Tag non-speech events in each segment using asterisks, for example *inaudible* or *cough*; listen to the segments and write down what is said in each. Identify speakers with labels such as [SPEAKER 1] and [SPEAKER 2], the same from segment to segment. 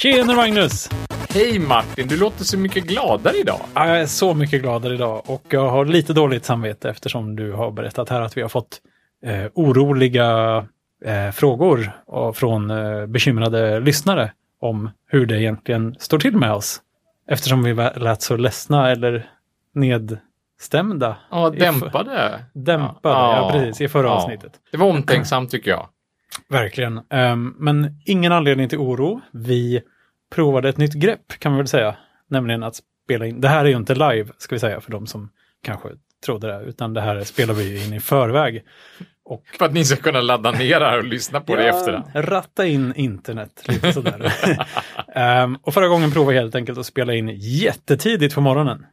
[SPEAKER 1] Tjenare Magnus!
[SPEAKER 2] Hej Martin, du låter så mycket gladare idag.
[SPEAKER 1] Ja, Jag är så mycket gladare idag och jag har lite dåligt samvete eftersom du har berättat här att vi har fått eh, oroliga eh, frågor av- från eh, bekymrade lyssnare om hur det egentligen står till med oss. Eftersom vi va- lät så ledsna eller nedstämda.
[SPEAKER 2] Ja,
[SPEAKER 1] I för-
[SPEAKER 2] dämpade.
[SPEAKER 1] Dämpade, ja, precis, i förra
[SPEAKER 2] ja.
[SPEAKER 1] avsnittet.
[SPEAKER 2] Det var omtänksamt tycker jag.
[SPEAKER 1] Verkligen. Ehm, men ingen anledning till oro. Vi provade ett nytt grepp kan man väl säga. Nämligen att spela in. Det här är ju inte live ska vi säga för de som kanske trodde det. Utan det här spelar vi ju in i förväg. Och
[SPEAKER 2] För att ni ska kunna ladda ner det här och lyssna på det i efterhand.
[SPEAKER 1] Ratta in internet lite sådär. Ehm, och förra gången provade jag helt enkelt att spela in jättetidigt på morgonen.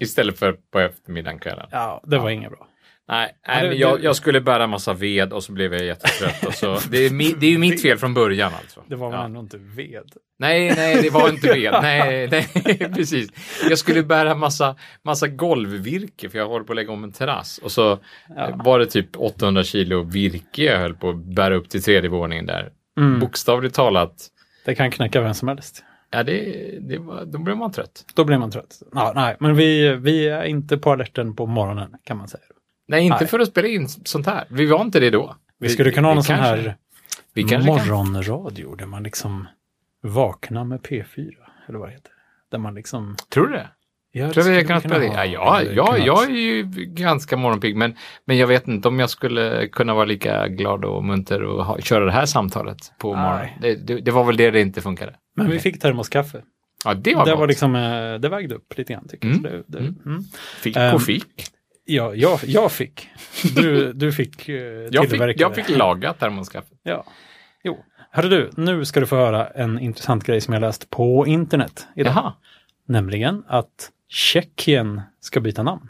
[SPEAKER 2] Istället för på eftermiddagen, kvällen.
[SPEAKER 1] Ja, det var inget bra.
[SPEAKER 2] Nej,
[SPEAKER 1] Ja,
[SPEAKER 2] nej
[SPEAKER 1] det-
[SPEAKER 2] men jag,
[SPEAKER 1] det-
[SPEAKER 2] jag skulle bära massa ved och så blev jag jättetrött. Och så, det, är mi, det är ju mitt fel från början alltså.
[SPEAKER 1] Det var väl
[SPEAKER 2] ja.
[SPEAKER 1] ändå inte ved.
[SPEAKER 2] Nej, nej, det var inte
[SPEAKER 1] *laughs*
[SPEAKER 2] ved. Nej, nej, *laughs* precis. Jag skulle bära massa, massa golvvirke för jag håller på att lägga om en terrass. Och så eh, var det typ 800 kilo virke jag höll på att bära upp till tredje våningen där.
[SPEAKER 1] Mm.
[SPEAKER 2] Bokstavligt talat,
[SPEAKER 1] Det kan knäcka vem som helst.
[SPEAKER 2] ja, det, det var, då blev man trött.
[SPEAKER 1] Då blir man trött. Ja, nej, men vi, vi är inte på alerten på morgonen kan man säga.
[SPEAKER 2] Nej, inte
[SPEAKER 1] Nej.
[SPEAKER 2] för att spela in sånt här. Vi var inte det då.
[SPEAKER 1] Vi skulle kunna ha
[SPEAKER 2] vi
[SPEAKER 1] någon sån
[SPEAKER 2] kanske-
[SPEAKER 1] här
[SPEAKER 2] Vi kanske kan.
[SPEAKER 1] morgonradio där man liksom vaknar med P4. Eller vad det heter. Där man liksom...
[SPEAKER 2] Tror du det?
[SPEAKER 1] Jag
[SPEAKER 2] Tror du vi kan spela det? Ja, jag, jag, jag är ju ganska morgonpigg, men, men jag vet inte om jag skulle kunna vara lika glad och munter och ha, köra det här samtalet på
[SPEAKER 1] Nej.
[SPEAKER 2] morgonen. Det, det, det var väl det det inte funkade.
[SPEAKER 1] Men vi fick termoskaffe.
[SPEAKER 2] Ja, det
[SPEAKER 1] Det,
[SPEAKER 2] var,
[SPEAKER 1] var
[SPEAKER 2] Mm. gott.
[SPEAKER 1] liksom, eh, det vägde upp lite grann tycker jag.
[SPEAKER 2] Mm.
[SPEAKER 1] Så det, det,
[SPEAKER 2] Mm.
[SPEAKER 1] mm.
[SPEAKER 2] Fick
[SPEAKER 1] Ehm,
[SPEAKER 2] och fick.
[SPEAKER 1] Ja, jag, jag fick. Du, du fick eh,
[SPEAKER 2] *laughs* Jag fick,
[SPEAKER 1] tillverkare.
[SPEAKER 2] jag fick laga termoskaffet.
[SPEAKER 1] Ja. Jo. Hörru du, nu ska du få höra en intressant grej som jag läst på internet idag.
[SPEAKER 2] Jaha,
[SPEAKER 1] Nämligen att Tjeckien ska byta namn.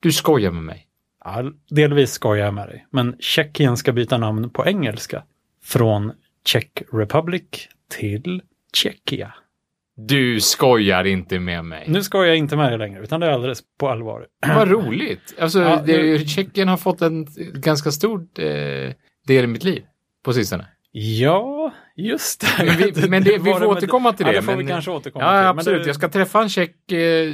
[SPEAKER 2] du skojar med mig.
[SPEAKER 1] Ja, delvis skojar jag med dig, men Tjeckien ska byta namn på engelska. Från Czech Republic till Tjeckia.
[SPEAKER 2] Du skojar inte med mig.
[SPEAKER 1] Nu skojar jag inte med dig längre, utan det är alldeles på allvar.
[SPEAKER 2] Vad roligt. Alltså,
[SPEAKER 1] Ja,
[SPEAKER 2] det,
[SPEAKER 1] nu-
[SPEAKER 2] Tjeckien har fått en ganska stor eh, del i mitt liv
[SPEAKER 1] *laughs*
[SPEAKER 2] på sistone.
[SPEAKER 1] Ja, just *laughs* det.
[SPEAKER 2] Men vi, men det, vi
[SPEAKER 1] Var
[SPEAKER 2] får
[SPEAKER 1] med-
[SPEAKER 2] återkomma till det.
[SPEAKER 1] Ja, det får
[SPEAKER 2] men,
[SPEAKER 1] vi kanske återkomma
[SPEAKER 2] Ja,
[SPEAKER 1] till.
[SPEAKER 2] absolut.
[SPEAKER 1] Men det,
[SPEAKER 2] Jag ska träffa en tjeck eh,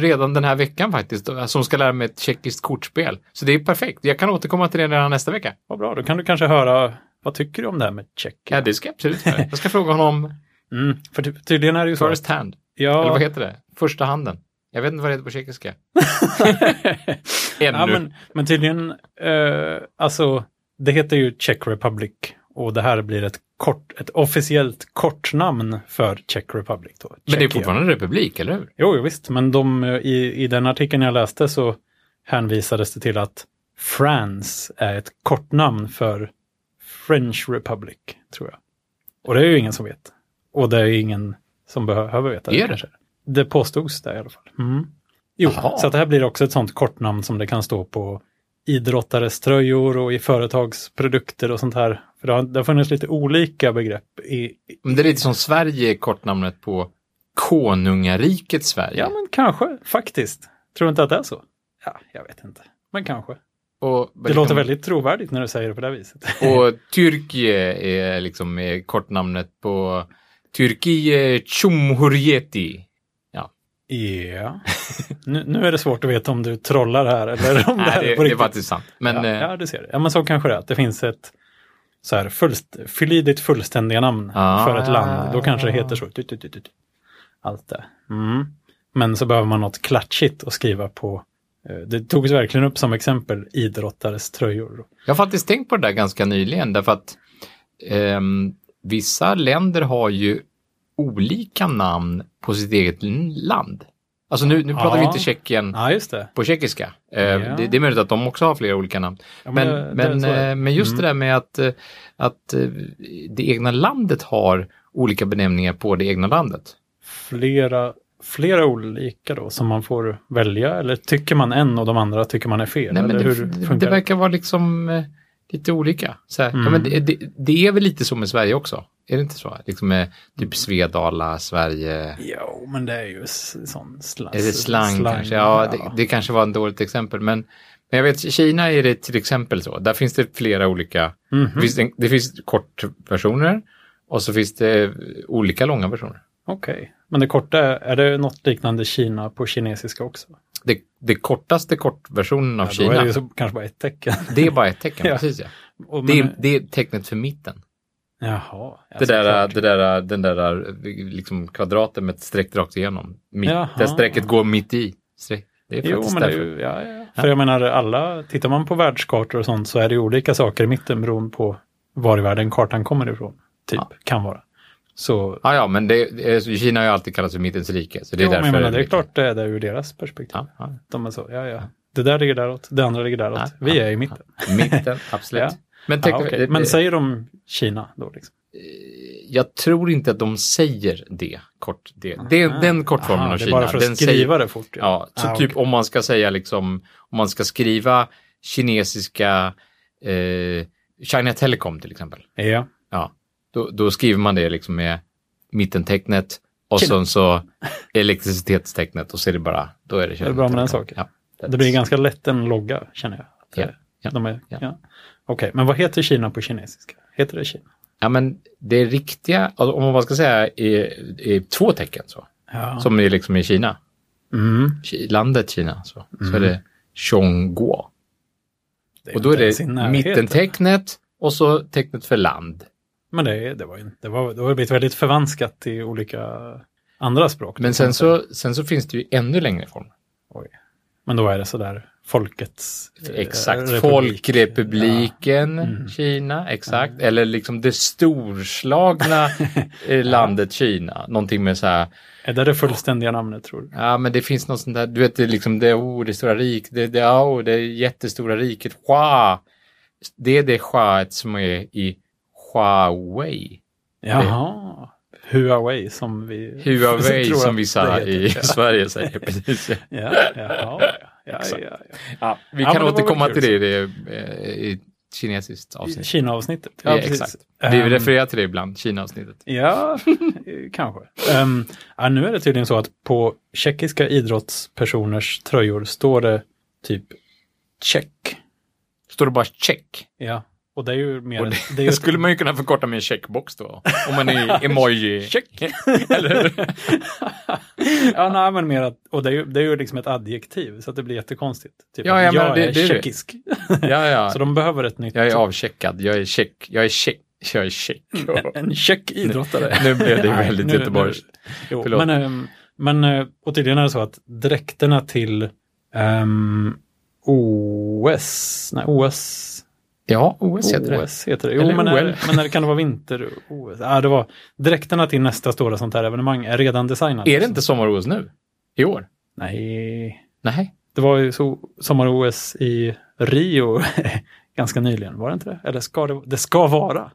[SPEAKER 2] redan den här veckan faktiskt, som ska lära mig ett tjeckiskt kortspel. Så det är perfekt. Jag kan återkomma till det redan nästa vecka.
[SPEAKER 1] Vad bra, då kan du kanske höra, vad tycker du om det här med
[SPEAKER 2] Ja,
[SPEAKER 1] Tjeckien?
[SPEAKER 2] det ska jag absolut göra. Jag ska fråga
[SPEAKER 1] *laughs*
[SPEAKER 2] honom
[SPEAKER 1] Mm, för ty- tydligen är det ju så.
[SPEAKER 2] first hand. Eller
[SPEAKER 1] Ja,
[SPEAKER 2] vad heter det? Första handen. Jag vet inte vad det heter på tjeckiska.
[SPEAKER 1] *laughs*
[SPEAKER 2] Ännu.
[SPEAKER 1] ja men, men tydligen, eh, alltså, det heter ju Czech Republic och det här blir ett, kort, ett officiellt kortnamn för Czech Republic. Då.
[SPEAKER 2] Men det är
[SPEAKER 1] Tjeckien.
[SPEAKER 2] fortfarande en republik, eller hur?
[SPEAKER 1] Jo, jo, visst, men de, eh, i, i den artikeln jag läste så hänvisades det till att France är ett kortnamn för French Republic, tror jag. Och det är ju ingen som vet. Och det är ingen som behöver veta
[SPEAKER 2] Är det?
[SPEAKER 1] kanske. Det påstods där i alla fall. Mm. Jo,
[SPEAKER 2] Jaha.
[SPEAKER 1] så att det här blir också ett sånt kortnamn som det kan stå på idrottares tröjor och i företagsprodukter och sånt här. För det har, det har funnits lite olika begrepp i,
[SPEAKER 2] Men det är lite som Sverige, är kortnamnet på konungariket Sverige.
[SPEAKER 1] Ja, men kanske faktiskt. Tror du inte att det är så? Ja, jag vet inte. Men kanske. Det,
[SPEAKER 2] och, liksom-
[SPEAKER 1] låter väldigt trovärdigt när du säger det på det här viset.
[SPEAKER 2] Och Tyrkie är liksom eh, kortnamnet på Tyrkie Cumhuriyeti.
[SPEAKER 1] *laughs* *laughs* Ja. Nu, nu är det svårt att veta om du trollar här eller om det här
[SPEAKER 2] Nej,
[SPEAKER 1] är på
[SPEAKER 2] det, det
[SPEAKER 1] riktigt.
[SPEAKER 2] var inte sant. Men
[SPEAKER 1] ja,
[SPEAKER 2] eh,
[SPEAKER 1] ja, du ser det. Ja, men så kanske det är. Att det finns ett så här, fullst, fyll i ditt fullständiga namn
[SPEAKER 2] Ah.
[SPEAKER 1] för ett land. Då kanske det heter så. Tut, tut, tut, tut. Allt det. Mm. Men så behöver man något klatschigt att skriva på. Eh, Det togs verkligen upp som exempel idrottares tröjor.
[SPEAKER 2] jag har faktiskt tänkt på det där ganska nyligen därför att ehm, vissa länder har ju olika namn på sitt eget land. Alltså nu, nu pratar vi
[SPEAKER 1] Ja.
[SPEAKER 2] inte Tjeckien
[SPEAKER 1] Ja, just det.
[SPEAKER 2] på tjeckiska. Eh,
[SPEAKER 1] Ja.
[SPEAKER 2] det, det är möjligt att de också har flera olika namn.
[SPEAKER 1] Ja,
[SPEAKER 2] Men,
[SPEAKER 1] det- det-
[SPEAKER 2] men,
[SPEAKER 1] så är det.
[SPEAKER 2] eh, men just
[SPEAKER 1] Mm.
[SPEAKER 2] det där med att, eh, att eh, det egna landet har olika benämningar på det egna landet.
[SPEAKER 1] flera, flera olika då som man får välja? Eller tycker man en och de andra tycker man är fel?
[SPEAKER 2] Nej, men
[SPEAKER 1] eller
[SPEAKER 2] det,
[SPEAKER 1] hur
[SPEAKER 2] det,
[SPEAKER 1] funkar
[SPEAKER 2] det
[SPEAKER 1] det?
[SPEAKER 2] verkar vara liksom eh, lite olika. Så här, ja,
[SPEAKER 1] Mm.
[SPEAKER 2] men det, det, det är väl lite så med Sverige också? Är det inte så? Liksom med typ Svedala, Sverige.
[SPEAKER 1] Jo, men det är ju s- sån slang.
[SPEAKER 2] Är det slang, kanske? Ja, Det, det kanske var ett dåligt exempel. Men, men jag vet, i Kina är det till exempel så. Där finns det flera olika.
[SPEAKER 1] Mhm.
[SPEAKER 2] Det, finns, en- det finns kortversioner och så finns det olika långa versioner.
[SPEAKER 1] Okej. Men det korta, är det något liknande Kina på kinesiska också?
[SPEAKER 2] Det, det kortaste kortversionen av
[SPEAKER 1] Ja, Då
[SPEAKER 2] Kina,
[SPEAKER 1] är det
[SPEAKER 2] det,
[SPEAKER 1] ju så, kanske bara ett tecken.
[SPEAKER 2] är bara ett
[SPEAKER 1] *laughs*
[SPEAKER 2] tecken.
[SPEAKER 1] Ja.
[SPEAKER 2] Precis, ja.
[SPEAKER 1] Och,
[SPEAKER 2] det,
[SPEAKER 1] men-
[SPEAKER 2] är, det är tecknet för mitten.
[SPEAKER 1] Jaha. alltså, ja,
[SPEAKER 2] Det där, eh,
[SPEAKER 1] såklart.
[SPEAKER 2] det där, den där liksom kvadraten med ett streck rakt igenom. Mitt,
[SPEAKER 1] Jaha.
[SPEAKER 2] där strecket går mitt i. Streck. Det är
[SPEAKER 1] Jo,
[SPEAKER 2] faktiskt
[SPEAKER 1] men det är
[SPEAKER 2] därför.
[SPEAKER 1] ju, ja, ja. ja. För jag menar, alla, tittar man på världskartor och sånt så är det ju olika saker i mitten beroende på var i världen kartan kommer ifrån. Typ,
[SPEAKER 2] Ja.
[SPEAKER 1] kan vara. Så,
[SPEAKER 2] Ja, ja, men det, eh, Kina har ju alltid kallats för mittens rike. Så
[SPEAKER 1] det
[SPEAKER 2] det
[SPEAKER 1] är,
[SPEAKER 2] är
[SPEAKER 1] jo, men
[SPEAKER 2] därför
[SPEAKER 1] jag menar, det är
[SPEAKER 2] mitt-
[SPEAKER 1] klart det är det ur deras perspektiv.
[SPEAKER 2] Ja, ja.
[SPEAKER 1] De är så, ja, ja. Det där ligger däråt, det andra ligger däråt.
[SPEAKER 2] Ja,
[SPEAKER 1] Vi
[SPEAKER 2] ja,
[SPEAKER 1] är i mitten. *laughs*
[SPEAKER 2] Mitten, absolut.
[SPEAKER 1] Ja.
[SPEAKER 2] Men,
[SPEAKER 1] Ja,
[SPEAKER 2] tänk,
[SPEAKER 1] okej. Men säger de Kina då? Liksom?
[SPEAKER 2] jag tror inte att de säger det. Kort, det. det
[SPEAKER 1] Ah.
[SPEAKER 2] den kortformen
[SPEAKER 1] Aha,
[SPEAKER 2] av
[SPEAKER 1] det
[SPEAKER 2] Kina.
[SPEAKER 1] är bara för att
[SPEAKER 2] den
[SPEAKER 1] skriva
[SPEAKER 2] säger,
[SPEAKER 1] det fort. Ja.
[SPEAKER 2] Ja, så
[SPEAKER 1] Ah,
[SPEAKER 2] typ om man ska säga liksom, om man ska skriva kinesiska eh, China Telecom till exempel.
[SPEAKER 1] Ja.
[SPEAKER 2] Ja, då, då skriver man det liksom med mittentecknet och
[SPEAKER 1] Kina.
[SPEAKER 2] sen så elektricitetstecknet och så är det bara, då är det
[SPEAKER 1] det bra med den
[SPEAKER 2] Telecom.
[SPEAKER 1] saken?
[SPEAKER 2] Ja,
[SPEAKER 1] Det blir ganska lätt en logga, känner jag. Att,
[SPEAKER 2] Ja,
[SPEAKER 1] eh,
[SPEAKER 2] ja,
[SPEAKER 1] de är-
[SPEAKER 2] ja.
[SPEAKER 1] ja. Okej, men vad heter Kina på kinesiska? Heter det Kina?
[SPEAKER 2] Ja, men det riktiga, alltså, om man ska säga, är, är två tecken så,
[SPEAKER 1] Ja.
[SPEAKER 2] som är liksom i Kina,
[SPEAKER 1] Mm.
[SPEAKER 2] Ki- landet Kina, så, så är det Zhongguo. Och då är
[SPEAKER 1] inte ens i
[SPEAKER 2] det
[SPEAKER 1] närheten.
[SPEAKER 2] mittentecknet och så tecknet för land.
[SPEAKER 1] Men det, det, var ju, det, var, det har blivit väldigt förvanskat i olika andra språk.
[SPEAKER 2] Men sen så, sen så finns det ju ännu längre form.
[SPEAKER 1] Men då är det sådär folkets... eh, Mm.
[SPEAKER 2] Exakt,
[SPEAKER 1] republik.
[SPEAKER 2] Folkrepubliken Kina, exakt. Eller liksom
[SPEAKER 1] *laughs*
[SPEAKER 2] det storslagna eh, landet Kina. Någonting med så här,
[SPEAKER 1] Ja. Är det det fullständiga namnet tror du?
[SPEAKER 2] ja men det finns något sånt där, du vet det är liksom det, oh, det stora riket, det, det, oh, det jättestora riket, Hua. Det är det Huaet som är i Huawei.
[SPEAKER 1] Jaha. Huawei som vi... *laughs*
[SPEAKER 2] Huawei
[SPEAKER 1] tror
[SPEAKER 2] som
[SPEAKER 1] att
[SPEAKER 2] vissa
[SPEAKER 1] det
[SPEAKER 2] i *laughs*
[SPEAKER 1] heter.
[SPEAKER 2] Sverige säger. Precis.
[SPEAKER 1] Ja, jaha. Ja, ja, ja,
[SPEAKER 2] Ja, vi
[SPEAKER 1] Ja, men det var
[SPEAKER 2] kan
[SPEAKER 1] väl
[SPEAKER 2] återkomma
[SPEAKER 1] kul
[SPEAKER 2] till det i, det, eh, i kinesiskt
[SPEAKER 1] ja.
[SPEAKER 2] avsnitt.
[SPEAKER 1] Kina-avsnittet.
[SPEAKER 2] Ja, exakt. Vi
[SPEAKER 1] Ehm,
[SPEAKER 2] refererar till det ibland, Kina-avsnittet.
[SPEAKER 1] Ja, eh, kanske. Ehm, ja, nu är det tydligen så att på tjeckiska idrottspersoners tröjor står det typ check.
[SPEAKER 2] Står det bara check?
[SPEAKER 1] Ja, och det är ju mer...
[SPEAKER 2] Och det,
[SPEAKER 1] det är ju ett-
[SPEAKER 2] skulle man ju kunna förkorta med en checkbox då. Om man
[SPEAKER 1] *laughs*
[SPEAKER 2] är emoji. check! *laughs* Eller hur?
[SPEAKER 1] ja, nej, men mer att, och det är, ju, det är ju liksom ett adjektiv, så att det blir jättekonstigt. Typ,
[SPEAKER 2] Ja,
[SPEAKER 1] att
[SPEAKER 2] ja, men
[SPEAKER 1] jag
[SPEAKER 2] det-
[SPEAKER 1] är
[SPEAKER 2] det är det.
[SPEAKER 1] tjeckisk.
[SPEAKER 2] Ja, ja.
[SPEAKER 1] Så de behöver ett nytt...
[SPEAKER 2] Jag är avcheckad. Jag är check. Jag är check. Jag
[SPEAKER 1] *laughs*
[SPEAKER 2] är check.
[SPEAKER 1] En tjeck idrottare.
[SPEAKER 2] *laughs* Nu blev det väldigt
[SPEAKER 1] nu- nu-
[SPEAKER 2] Göteborgs.
[SPEAKER 1] Jo,
[SPEAKER 2] Förlåt.
[SPEAKER 1] men, ehm, men eh, och tydligen är det så att dräkterna till ehm, OS, nej OS,
[SPEAKER 2] Ja, OS heter det.
[SPEAKER 1] OS heter det. Jo,
[SPEAKER 2] Eller
[SPEAKER 1] men, är,
[SPEAKER 2] OL.
[SPEAKER 1] men när det kan det vara vinter-OS? Ja, det var dräkterna till nästa stora sånt här evenemang är redan designade.
[SPEAKER 2] Är det inte sommar-OS nu? I år?
[SPEAKER 1] Nej,
[SPEAKER 2] Nej.
[SPEAKER 1] det var ju så- sommar-OS i Rio *laughs* ganska nyligen, var det inte det? Eller ska det, det ska vara.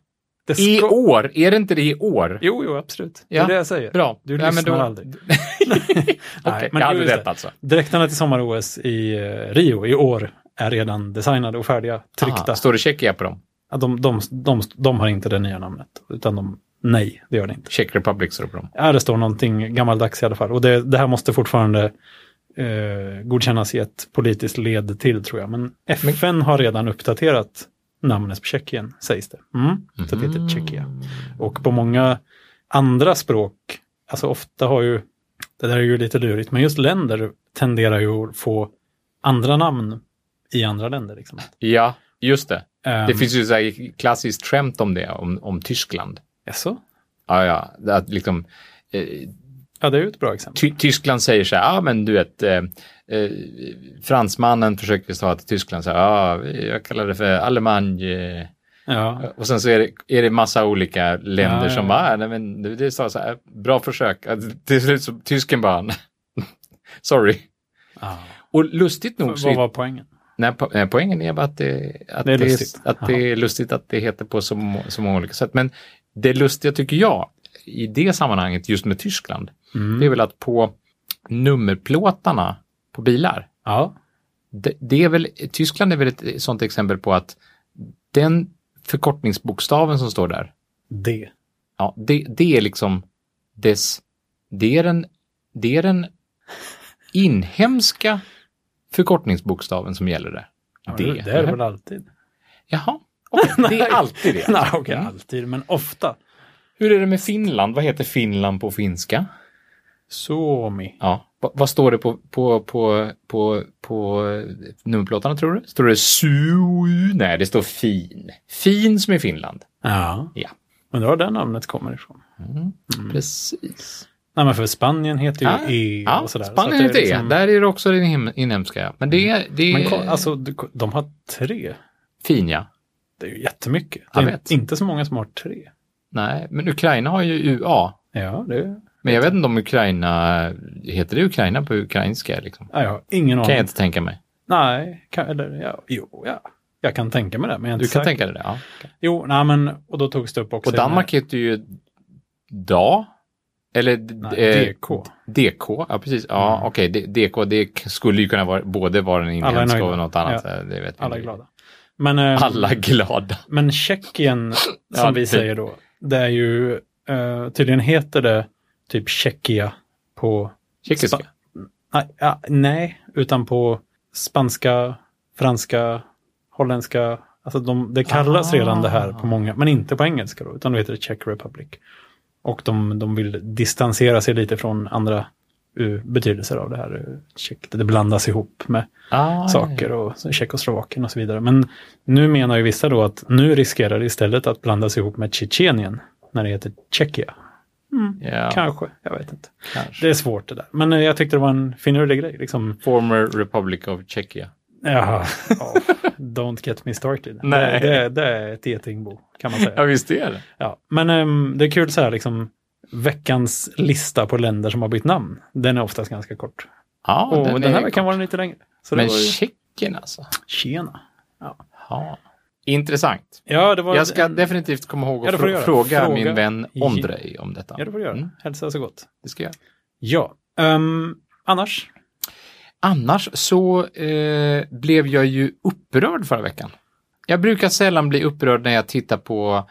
[SPEAKER 1] Det ska,
[SPEAKER 2] I år? Är det inte det i år?
[SPEAKER 1] Jo, jo, absolut. Det
[SPEAKER 2] Ja,
[SPEAKER 1] är det jag säger.
[SPEAKER 2] Bra.
[SPEAKER 1] Du
[SPEAKER 2] Ja, men
[SPEAKER 1] lyssnar
[SPEAKER 2] då- *laughs*
[SPEAKER 1] aldrig.
[SPEAKER 2] Okej,
[SPEAKER 1] Nej, men
[SPEAKER 2] jag hade
[SPEAKER 1] just
[SPEAKER 2] rätt
[SPEAKER 1] det.
[SPEAKER 2] alltså.
[SPEAKER 1] Dräkterna till sommar-OS i eh, Rio i år är redan designade och färdiga, tryckta.
[SPEAKER 2] Aha, står det Tjeckien på dem?
[SPEAKER 1] Ja, de, de, de, de har inte det nya namnet, utan de, nej, det gör det inte.
[SPEAKER 2] Czech Republic står det på dem.
[SPEAKER 1] Ja, det står någonting gammaldags i alla fall. Och det, det här måste fortfarande eh, godkännas i ett politiskt led till, tror jag. Men FN har redan uppdaterat namnet på Tjeckien, sägs det. Mm.
[SPEAKER 2] Mhm.
[SPEAKER 1] Så det heter Tjeckien.
[SPEAKER 2] Mm.
[SPEAKER 1] Och på många andra språk, alltså ofta har ju, det där är ju lite lurigt, men just länder tenderar ju att få andra namn i andra länder. Liksom.
[SPEAKER 2] Ja, just det. Det
[SPEAKER 1] Ehm,
[SPEAKER 2] finns ju så här klassiskt skämt om det, om, om Tyskland.
[SPEAKER 1] jaså?
[SPEAKER 2] Ja, ja. Det Att liksom, eh,
[SPEAKER 1] Ja, det är ju ett bra exempel.
[SPEAKER 2] Ty- Tyskland säger så här, ah, men du vet, eh, eh, fransmannen försöker säga till Tyskland så här, ah, jag kallar det för Allemagne.
[SPEAKER 1] Ja,
[SPEAKER 2] Och sen så är det, är det massa olika länder
[SPEAKER 1] Ja,
[SPEAKER 2] som
[SPEAKER 1] ja.
[SPEAKER 2] bara, ah, nej men det, det sa så här, bra försök. Att Till slut så, tysken bara, *laughs* sorry.
[SPEAKER 1] ja.
[SPEAKER 2] Och lustigt nog så
[SPEAKER 1] Vad var poängen?
[SPEAKER 2] Nej, po- eh, poängen är bara att, det, att,
[SPEAKER 1] Det
[SPEAKER 2] det
[SPEAKER 1] är
[SPEAKER 2] är,
[SPEAKER 1] lustigt.
[SPEAKER 2] att det är lustigt att det heter på så, må- så många olika sätt. Men det lustiga tycker jag i det sammanhanget just med Tyskland,
[SPEAKER 1] Mm.
[SPEAKER 2] det är väl att på nummerplåtarna på bilar,
[SPEAKER 1] Ja,
[SPEAKER 2] det, det är väl, Tyskland är väl ett sånt exempel på att den förkortningsbokstaven som står där,
[SPEAKER 1] det.
[SPEAKER 2] ja, det, det är liksom dess, det är den, det är den inhemska förkortningsbokstaven som gäller där.
[SPEAKER 1] Ja, det, det är det väl
[SPEAKER 2] *laughs*
[SPEAKER 1] alltid? *laughs*
[SPEAKER 2] Jaha, okej. det är alltid det.
[SPEAKER 1] Nej, okej,
[SPEAKER 2] Mm.
[SPEAKER 1] alltid, men ofta.
[SPEAKER 2] Hur är det med Finland? Vad heter Finland på finska?
[SPEAKER 1] Suomi.
[SPEAKER 2] Ja. Va, vad står det på, på, på, på, på nummerplåtarna tror du? Står det su? Nej, det står fin. Fin som i Finland.
[SPEAKER 1] Ja.
[SPEAKER 2] Ja,
[SPEAKER 1] Undrar var det namnet kommer ifrån.
[SPEAKER 2] precis.
[SPEAKER 1] Nej, men för Spanien heter ju
[SPEAKER 2] Ja,
[SPEAKER 1] E
[SPEAKER 2] ja,
[SPEAKER 1] och sådär. Så
[SPEAKER 2] Spanien
[SPEAKER 1] att Mm.
[SPEAKER 2] är
[SPEAKER 1] är
[SPEAKER 2] det.
[SPEAKER 1] liksom-
[SPEAKER 2] Där är det också den inhem- inhemska. Men det, är- det är
[SPEAKER 1] Men ko- alltså, du- ko- de har tre.
[SPEAKER 2] fin, ja.
[SPEAKER 1] Det är ju jättemycket. Det
[SPEAKER 2] Jag
[SPEAKER 1] är
[SPEAKER 2] vet.
[SPEAKER 1] inte så många som har tre.
[SPEAKER 2] Nej, men Ukraina har ju UA.
[SPEAKER 1] Ja, det
[SPEAKER 2] Men jag vet inte om Ukraina, heter det Ukraina på ukrainska? Liksom?
[SPEAKER 1] ja, jag har ingen
[SPEAKER 2] Kan
[SPEAKER 1] aning.
[SPEAKER 2] jag inte tänka mig.
[SPEAKER 1] Nej, kan, eller ja, jo, ja. Jag kan tänka mig det, men jag är
[SPEAKER 2] Du
[SPEAKER 1] inte
[SPEAKER 2] kan
[SPEAKER 1] säker.
[SPEAKER 2] tänka dig det? Ja.
[SPEAKER 1] Jo, nej men, och då togs det upp också.
[SPEAKER 2] Och Danmark heter ju DA. Eller d-
[SPEAKER 1] Nej,
[SPEAKER 2] eh,
[SPEAKER 1] DK.
[SPEAKER 2] DK, ja precis. Ja,
[SPEAKER 1] Mm.
[SPEAKER 2] okej, D- DK, det k- skulle ju kunna vara både vara den
[SPEAKER 1] är
[SPEAKER 2] inhemska
[SPEAKER 1] nöjda.
[SPEAKER 2] och något annat. eh, Det vet vi
[SPEAKER 1] Alla är
[SPEAKER 2] inte.
[SPEAKER 1] glada. Men, eh,
[SPEAKER 2] Alla glada.
[SPEAKER 1] men
[SPEAKER 2] *clears throat*
[SPEAKER 1] Tjeckien, som
[SPEAKER 2] Ja, typ.
[SPEAKER 1] vi
[SPEAKER 2] det-
[SPEAKER 1] säger då, det är ju, eh, tydligen heter det typ Tjeckia på,
[SPEAKER 2] Tjeckiska.
[SPEAKER 1] Spa- nej, ja, nej, utan på spanska, franska, holländska, alltså de, det kallas
[SPEAKER 2] Ah.
[SPEAKER 1] redan det här på många, men inte på engelska då, utan då heter det Czech Republic. Och de, de vill distansera sig lite från andra eh, betydelser av det här. eh, Tjeck, det blandas ihop med
[SPEAKER 2] Ah,
[SPEAKER 1] saker och så Tjeckoslovakien och så vidare. Men nu menar ju vissa då att nu riskerar det istället att blandas ihop med Tjetjenien när det heter Tjeckien.
[SPEAKER 2] Ja,
[SPEAKER 1] Kanske, jag vet inte.
[SPEAKER 2] kanske.
[SPEAKER 1] Det är svårt det där. Men eh, jag tyckte det var en finurlig grej. Liksom,
[SPEAKER 2] Former Republic of Czechia.
[SPEAKER 1] jaha, ja, don't get me started.
[SPEAKER 2] Nej.
[SPEAKER 1] Det, det, det är ett getingbo kan man säga.
[SPEAKER 2] visst är det.
[SPEAKER 1] Ja. Men ehm, det är kul så här, liksom, veckans lista på länder som har bytt namn. Den är oftast ganska kort.
[SPEAKER 2] Ja,
[SPEAKER 1] Och den,
[SPEAKER 2] är
[SPEAKER 1] här
[SPEAKER 2] ju
[SPEAKER 1] veckan
[SPEAKER 2] kort.
[SPEAKER 1] var den lite längre. Så det
[SPEAKER 2] Men
[SPEAKER 1] var ju...
[SPEAKER 2] Tjeckien alltså.
[SPEAKER 1] Tjena.
[SPEAKER 2] Ja. Intressant.
[SPEAKER 1] Ja, det var
[SPEAKER 2] Jag ska
[SPEAKER 1] en-
[SPEAKER 2] definitivt komma ihåg
[SPEAKER 1] Ja,
[SPEAKER 2] att
[SPEAKER 1] det får du
[SPEAKER 2] frå-
[SPEAKER 1] göra.
[SPEAKER 2] fråga,
[SPEAKER 1] Fråga.
[SPEAKER 2] min vän Ondrej
[SPEAKER 1] Ja.
[SPEAKER 2] om detta.
[SPEAKER 1] Ja, det får du göra.
[SPEAKER 2] Mm,
[SPEAKER 1] Hälsa så gott.
[SPEAKER 2] det ska jag.
[SPEAKER 1] Ja, ehm, annars.
[SPEAKER 2] Annars så eh, blev jag ju upprörd förra veckan. Jag brukar sällan bli upprörd när jag tittar på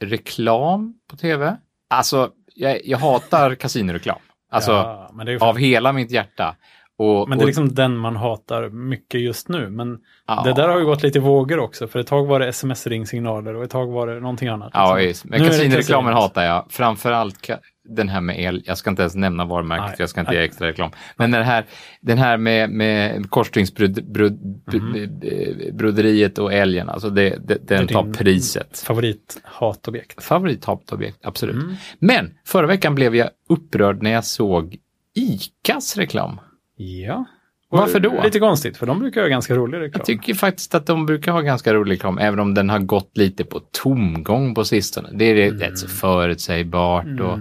[SPEAKER 2] reklam på tv. Alltså, jag, jag hatar kasinoreklam. Alltså,
[SPEAKER 1] ja, men det är ju
[SPEAKER 2] av hela mitt hjärta. Och,
[SPEAKER 1] Men det är
[SPEAKER 2] och-
[SPEAKER 1] liksom den man hatar mycket just nu. Men
[SPEAKER 2] ja.
[SPEAKER 1] det där har ju gått lite i vågor också. För ett tag var det sms-ringsignaler och ett tag var det någonting annat.
[SPEAKER 2] Ja,
[SPEAKER 1] liksom.
[SPEAKER 2] visst.
[SPEAKER 1] Nu
[SPEAKER 2] men
[SPEAKER 1] är det
[SPEAKER 2] kasinoreklamen
[SPEAKER 1] kasinot.
[SPEAKER 2] hatar jag. Framförallt ka- den här med el. Jag ska inte ens nämna varumärket,
[SPEAKER 1] Nej.
[SPEAKER 2] för jag ska inte
[SPEAKER 1] Nej.
[SPEAKER 2] ge extra reklam. Men den här, den här med, med korsstygnsbroderiet och älgen, alltså det, det, den
[SPEAKER 1] Det är
[SPEAKER 2] tar
[SPEAKER 1] din-
[SPEAKER 2] priset.
[SPEAKER 1] Favorithatobjekt.
[SPEAKER 2] Favoritobjekt, absolut.
[SPEAKER 1] Mm.
[SPEAKER 2] Men förra veckan blev jag upprörd när jag såg ICAs reklam.
[SPEAKER 1] Ja.
[SPEAKER 2] Varför då?
[SPEAKER 1] Lite konstigt, för de brukar göra ganska rolig reklam.
[SPEAKER 2] Jag tycker faktiskt att de brukar ha ganska rolig reklam, även om den har gått lite på tomgång på sistone. Det är rätt så förutsägbart.
[SPEAKER 1] Mm.
[SPEAKER 2] Och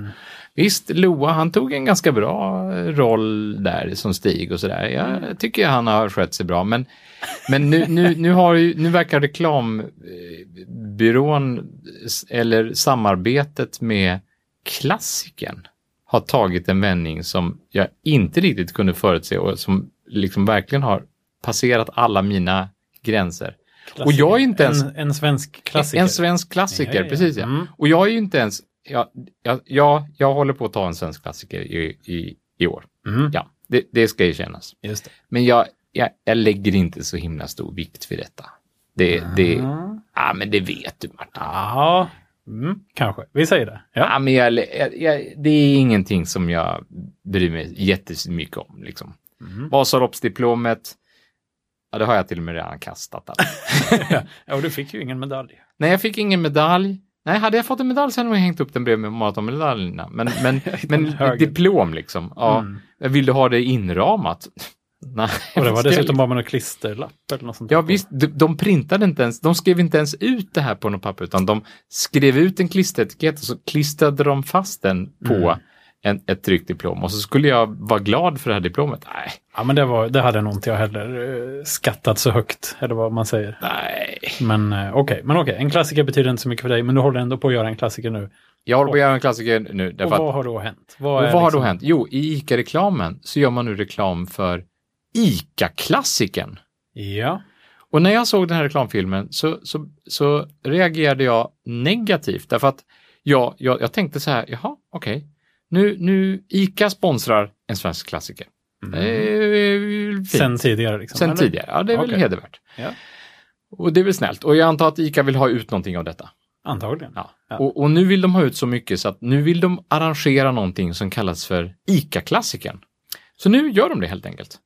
[SPEAKER 2] visst, Loa, han tog en ganska bra roll där som Stig och sådär.
[SPEAKER 1] Mm.
[SPEAKER 2] Jag tycker han har skött sig bra, men, men nu, nu, nu, har ju, nu verkar reklambyrån s- eller samarbetet med klassiken har tagit en vändning som jag inte riktigt kunde förutse och som liksom verkligen har passerat alla mina gränser.
[SPEAKER 1] Klassiker.
[SPEAKER 2] Och jag är ju inte ens
[SPEAKER 1] En, en svensk klassiker.
[SPEAKER 2] en svensk klassiker,
[SPEAKER 1] Ja, ja, ja.
[SPEAKER 2] precis ja.
[SPEAKER 1] Mm.
[SPEAKER 2] Och jag är ju inte ens, jag, jag, jag, jag håller på att ta en svensk klassiker i, i, i år.
[SPEAKER 1] Mm.
[SPEAKER 2] Ja, det, det ska erkännas.
[SPEAKER 1] Just det.
[SPEAKER 2] Men jag, jag, jag lägger inte så himla stor vikt vid detta. Det, det,
[SPEAKER 1] Mm.
[SPEAKER 2] ah, men det vet du Martin.
[SPEAKER 1] Ja, mm, kanske. Vi säger det. Ja.
[SPEAKER 2] Ah, men jag, jag, jag, det är ingenting som jag bryr mig jättemycket om. Liksom.
[SPEAKER 1] Mm.
[SPEAKER 2] Vasaloppsdiplomet, ja, det har jag till och med redan
[SPEAKER 1] *laughs*
[SPEAKER 2] kastat. Alltså.
[SPEAKER 1] ja, och du fick ju ingen medalj.
[SPEAKER 2] Nej, jag fick ingen medalj. Nej, hade jag fått en medalj så hade jag nog hängt upp den bredvid maratonmedaljerna. Men,
[SPEAKER 1] *laughs*
[SPEAKER 2] men, men
[SPEAKER 1] högen.
[SPEAKER 2] diplom liksom. Ja.
[SPEAKER 1] Mm.
[SPEAKER 2] Vill du ha det inramat? *laughs* Nej.
[SPEAKER 1] Och det var
[SPEAKER 2] ska jag
[SPEAKER 1] dessutom bara med någon klisterlapp eller något sånt.
[SPEAKER 2] Ja
[SPEAKER 1] där.
[SPEAKER 2] visst, de, de printade inte ens, de skrev inte ens ut det här på något papper utan de skrev ut en klisteretikett och så klistrade de fast den på
[SPEAKER 1] Mm.
[SPEAKER 2] en, ett tryckt diplom och så skulle jag vara glad för det här diplomet. Nej,
[SPEAKER 1] Ja, men det, var, det hade nog inte jag heller eh, skattat så högt, eller vad man säger.
[SPEAKER 2] nej.
[SPEAKER 1] Men eh, okej, men okej, en klassiker betyder inte så mycket för dig, men du håller ändå på att göra en klassiker nu.
[SPEAKER 2] Jag håller på att göra en klassiker nu.
[SPEAKER 1] Och
[SPEAKER 2] Därför att, och
[SPEAKER 1] vad har då hänt?
[SPEAKER 2] vad,
[SPEAKER 1] är
[SPEAKER 2] har då
[SPEAKER 1] liksom-
[SPEAKER 2] hänt? Jo, i ICA-reklamen så gör man nu reklam för ICA-klassiken.
[SPEAKER 1] Ja,
[SPEAKER 2] Och när jag såg den här reklamfilmen så, så, så reagerade jag negativt därför att jag, jag, jag tänkte så här, jaha, okej, nu, nu ICA sponsrar en svensk klassiker. Det är väl fint.
[SPEAKER 1] Mm. sen tidigare. Liksom,
[SPEAKER 2] Sen
[SPEAKER 1] eller?
[SPEAKER 2] tidigare, ja det är väl
[SPEAKER 1] Okej.
[SPEAKER 2] hedervärt.
[SPEAKER 1] Ja.
[SPEAKER 2] Och det är väl snällt och jag antar att ICA vill ha ut någonting av detta.
[SPEAKER 1] Antagligen.
[SPEAKER 2] Ja. Och, och nu vill de ha ut så mycket så att nu vill de arrangera någonting som kallas för ICA-klassikern. Så nu gör de det helt enkelt.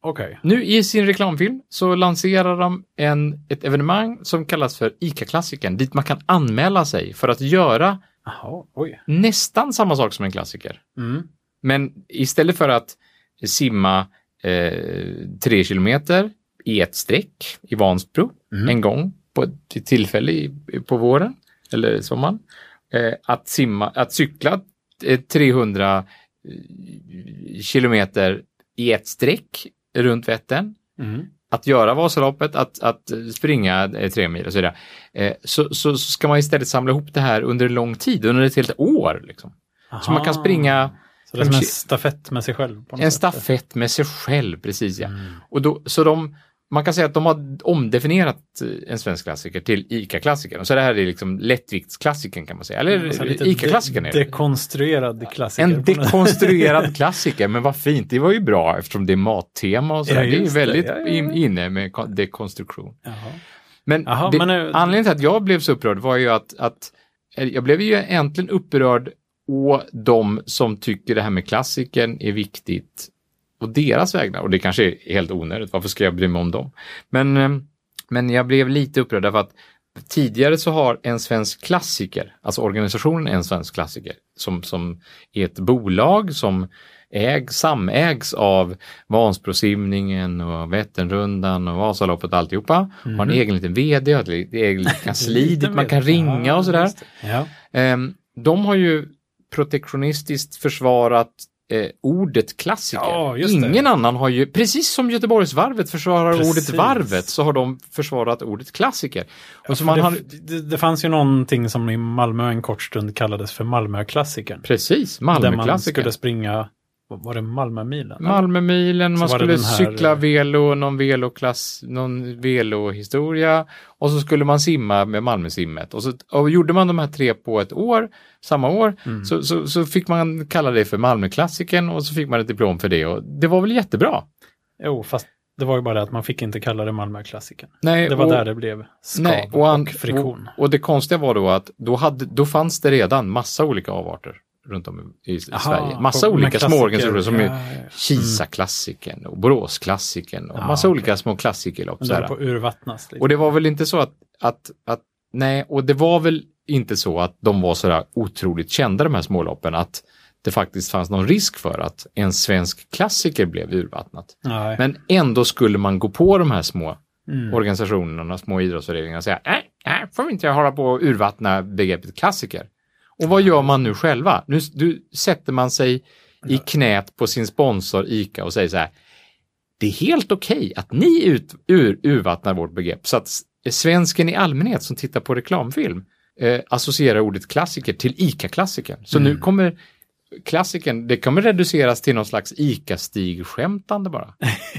[SPEAKER 1] Okej.
[SPEAKER 2] Nu i sin reklamfilm så lanserar de en, ett evenemang som kallas för ICA-klassikern dit man kan anmäla sig för att göra
[SPEAKER 1] Jaha, oj.
[SPEAKER 2] nästan samma sak som en klassiker.
[SPEAKER 1] Mm.
[SPEAKER 2] Men istället för att simma eh, tre kilometer i ett streck i Vansbro
[SPEAKER 1] Mm.
[SPEAKER 2] en gång på ett tillfälle i, på våren eller sommaren. Eh, att, simma, att cykla eh, 300 eh, kilometer i ett streck runt Vättern.
[SPEAKER 1] Mm.
[SPEAKER 2] Att göra Vasaloppet, att, att springa eh, tre mil och så vidare. Eh, så, så, så ska man istället samla ihop det här under en lång tid, under ett helt år. Liksom. Så man kan
[SPEAKER 1] Aha.
[SPEAKER 2] springa
[SPEAKER 1] Så det är som en stafett med sig själv. På något
[SPEAKER 2] en
[SPEAKER 1] sätt.
[SPEAKER 2] stafett med sig själv, precis ja.
[SPEAKER 1] Mm.
[SPEAKER 2] Och då, så de, man kan säga att de har omdefinierat eh, en svensk klassiker till ICA-klassikern. Så det här är liksom lättviktsklassikern kan man säga. Eller
[SPEAKER 1] Och så Mm, alltså lite
[SPEAKER 2] ICA-klassikern är
[SPEAKER 1] de-
[SPEAKER 2] det.
[SPEAKER 1] Dekonstruerad klassiker.
[SPEAKER 2] En
[SPEAKER 1] på något-
[SPEAKER 2] dekonstruerad klassiker, men vad fint, det var ju bra eftersom det är mattema och sådär.
[SPEAKER 1] Ja,
[SPEAKER 2] det är ju
[SPEAKER 1] just det.
[SPEAKER 2] väldigt
[SPEAKER 1] Ja, ja, ja.
[SPEAKER 2] in- inne med kon- dekonstruktion.
[SPEAKER 1] Jaha.
[SPEAKER 2] Men,
[SPEAKER 1] Jaha,
[SPEAKER 2] det,
[SPEAKER 1] men eh, nu-
[SPEAKER 2] anledningen till att jag blev så upprörd var ju att, att eller, jag blev ju äntligen upprörd å de som tycker det här med klassiken är viktigt och deras vägnar. Och det kanske är helt onödigt, varför ska jag bry mig om dem? Men, eh, men jag blev lite upprörd därför att tidigare så har en svensk klassiker, alltså organisationen En svensk klassiker, som, som är ett bolag som äg, samägs av Vansbrosimningen och Vätternrundan och Vasaloppet och alltihopa.
[SPEAKER 1] mm.
[SPEAKER 2] Har
[SPEAKER 1] Mhm.
[SPEAKER 2] en egen liten vd, har ett li-
[SPEAKER 1] *laughs*
[SPEAKER 2] eget litet kansli dit man kan ringa och sådär.
[SPEAKER 1] Ja.
[SPEAKER 2] Ehm, De har ju protektionistiskt försvarat eh, ordet klassiker.
[SPEAKER 1] Ja, just det.
[SPEAKER 2] Ingen annan har ju, precis som Göteborgsvarvet försvarar
[SPEAKER 1] Precis.
[SPEAKER 2] ordet varvet, så har de försvarat ordet klassiker. Och så man
[SPEAKER 1] det,
[SPEAKER 2] har,
[SPEAKER 1] det, det fanns ju någonting som i Malmö en kort stund kallades för Malmöklassikern.
[SPEAKER 2] precis,
[SPEAKER 1] Där man
[SPEAKER 2] Malmöklassiker.
[SPEAKER 1] skulle springa, vad var det Malmömilen?
[SPEAKER 2] Malmömilen,
[SPEAKER 1] Så
[SPEAKER 2] man
[SPEAKER 1] var det
[SPEAKER 2] skulle
[SPEAKER 1] den här- eh,
[SPEAKER 2] cykla velo, någon veloklass, någon velohistoria och så skulle man simma med Malmösimmet. Och, så, och gjorde man de här tre på ett år, samma år,
[SPEAKER 1] Mm.
[SPEAKER 2] Mm. så, så, så fick man kalla det för Malmöklassiken och så fick man ett diplom för det och det var väl jättebra.
[SPEAKER 1] Jo, fast det var ju bara det att man fick inte kalla det Malmöklassikern.
[SPEAKER 2] Nej,
[SPEAKER 1] Det var
[SPEAKER 2] och,
[SPEAKER 1] där det blev skav
[SPEAKER 2] nej,
[SPEAKER 1] och,
[SPEAKER 2] och, an,
[SPEAKER 1] friktion.
[SPEAKER 2] Och, och det konstiga var då att då, hade, då fanns det redan massa olika avarter runt om i, i
[SPEAKER 1] Aha,
[SPEAKER 2] Sverige. Massa
[SPEAKER 1] och- med
[SPEAKER 2] olika små
[SPEAKER 1] klassiker.
[SPEAKER 2] organisationer som
[SPEAKER 1] Ja, Mm.
[SPEAKER 2] är
[SPEAKER 1] ja, ja.
[SPEAKER 2] Kisa-klassiken och Borås-klassiken och
[SPEAKER 1] Ja,
[SPEAKER 2] massa
[SPEAKER 1] okej.
[SPEAKER 2] olika små klassikerlopp.
[SPEAKER 1] Men
[SPEAKER 2] Så
[SPEAKER 1] det
[SPEAKER 2] här.
[SPEAKER 1] höll på att urvattnas lite.
[SPEAKER 2] Och det var väl inte så att, att, att, nej, och det var väl inte så att de var sådär otroligt kända de här småloppen att det faktiskt fanns någon risk för att en svensk klassiker blev urvattnat.
[SPEAKER 1] Nej.
[SPEAKER 2] Men ändå skulle man gå på de här små
[SPEAKER 1] Mm.
[SPEAKER 2] organisationerna, små idrottsföreningarna säga nej, nej, äh, får vi inte hålla på och urvattna begreppet klassiker. Och vad gör man nu själva? Nu du, sätter man sig i knät på sin sponsor ICA och säger så här, det är helt okej att ni ut, ur, urvattnar vårt begrepp så att s- svensken i allmänhet som tittar på reklamfilm eh, associerar ordet klassiker till ICA-klassikern. Så
[SPEAKER 1] Mm.
[SPEAKER 2] nu kommer klassikern, det kommer reduceras till någon slags
[SPEAKER 1] *laughs*
[SPEAKER 2] ICA-stig-skämtande bara.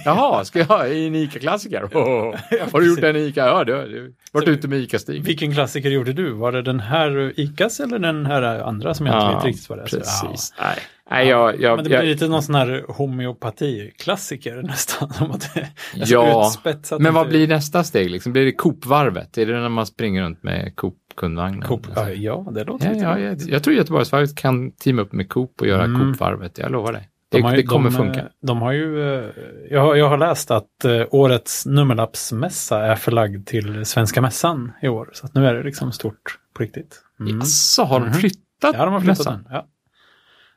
[SPEAKER 2] Jaha, ska jag ha en ICA-klassiker? Åh, har du gjort en ICA? Ja, du har du har varit ute med ICA-stig.
[SPEAKER 1] Vilken klassiker gjorde du? Var det den här Icas eller den här andra som jag inte vet riktigt vad det är? Så,
[SPEAKER 2] precis.
[SPEAKER 1] ja.
[SPEAKER 2] Nej, Nej, jag, jag,
[SPEAKER 1] Men det blir
[SPEAKER 2] jag,
[SPEAKER 1] lite någon sån här homeopati-klassiker nästan. Som att det är så
[SPEAKER 2] Ja,
[SPEAKER 1] utspetsat.
[SPEAKER 2] men vad
[SPEAKER 1] Inte-
[SPEAKER 2] blir nästa steg? Liksom? Blir det Coop-varvet? Är det när man springer runt med Coop-kundvagnen?
[SPEAKER 1] Coop?
[SPEAKER 2] Alltså.
[SPEAKER 1] Ja, Ja, det låter
[SPEAKER 2] Ja,
[SPEAKER 1] lite
[SPEAKER 2] ja,
[SPEAKER 1] bra.
[SPEAKER 2] jag, jag tror Göteborgsvarvet kan teama upp med Coop och göra
[SPEAKER 1] Mm.
[SPEAKER 2] Coop-varvet, jag lovar dig. Det,
[SPEAKER 1] De har ju-
[SPEAKER 2] det kommer
[SPEAKER 1] de, eh,
[SPEAKER 2] funka.
[SPEAKER 1] De har ju, eh, jag, har- jag har läst att eh, årets nummerlappsmässa är förlagd till Svenska mässan i år. Så att nu är det liksom stort på riktigt. Mm.
[SPEAKER 2] Jaså, har de
[SPEAKER 1] Mhm.
[SPEAKER 2] flyttat
[SPEAKER 1] Ja, de har flyttat
[SPEAKER 2] mässan?
[SPEAKER 1] den. Ja.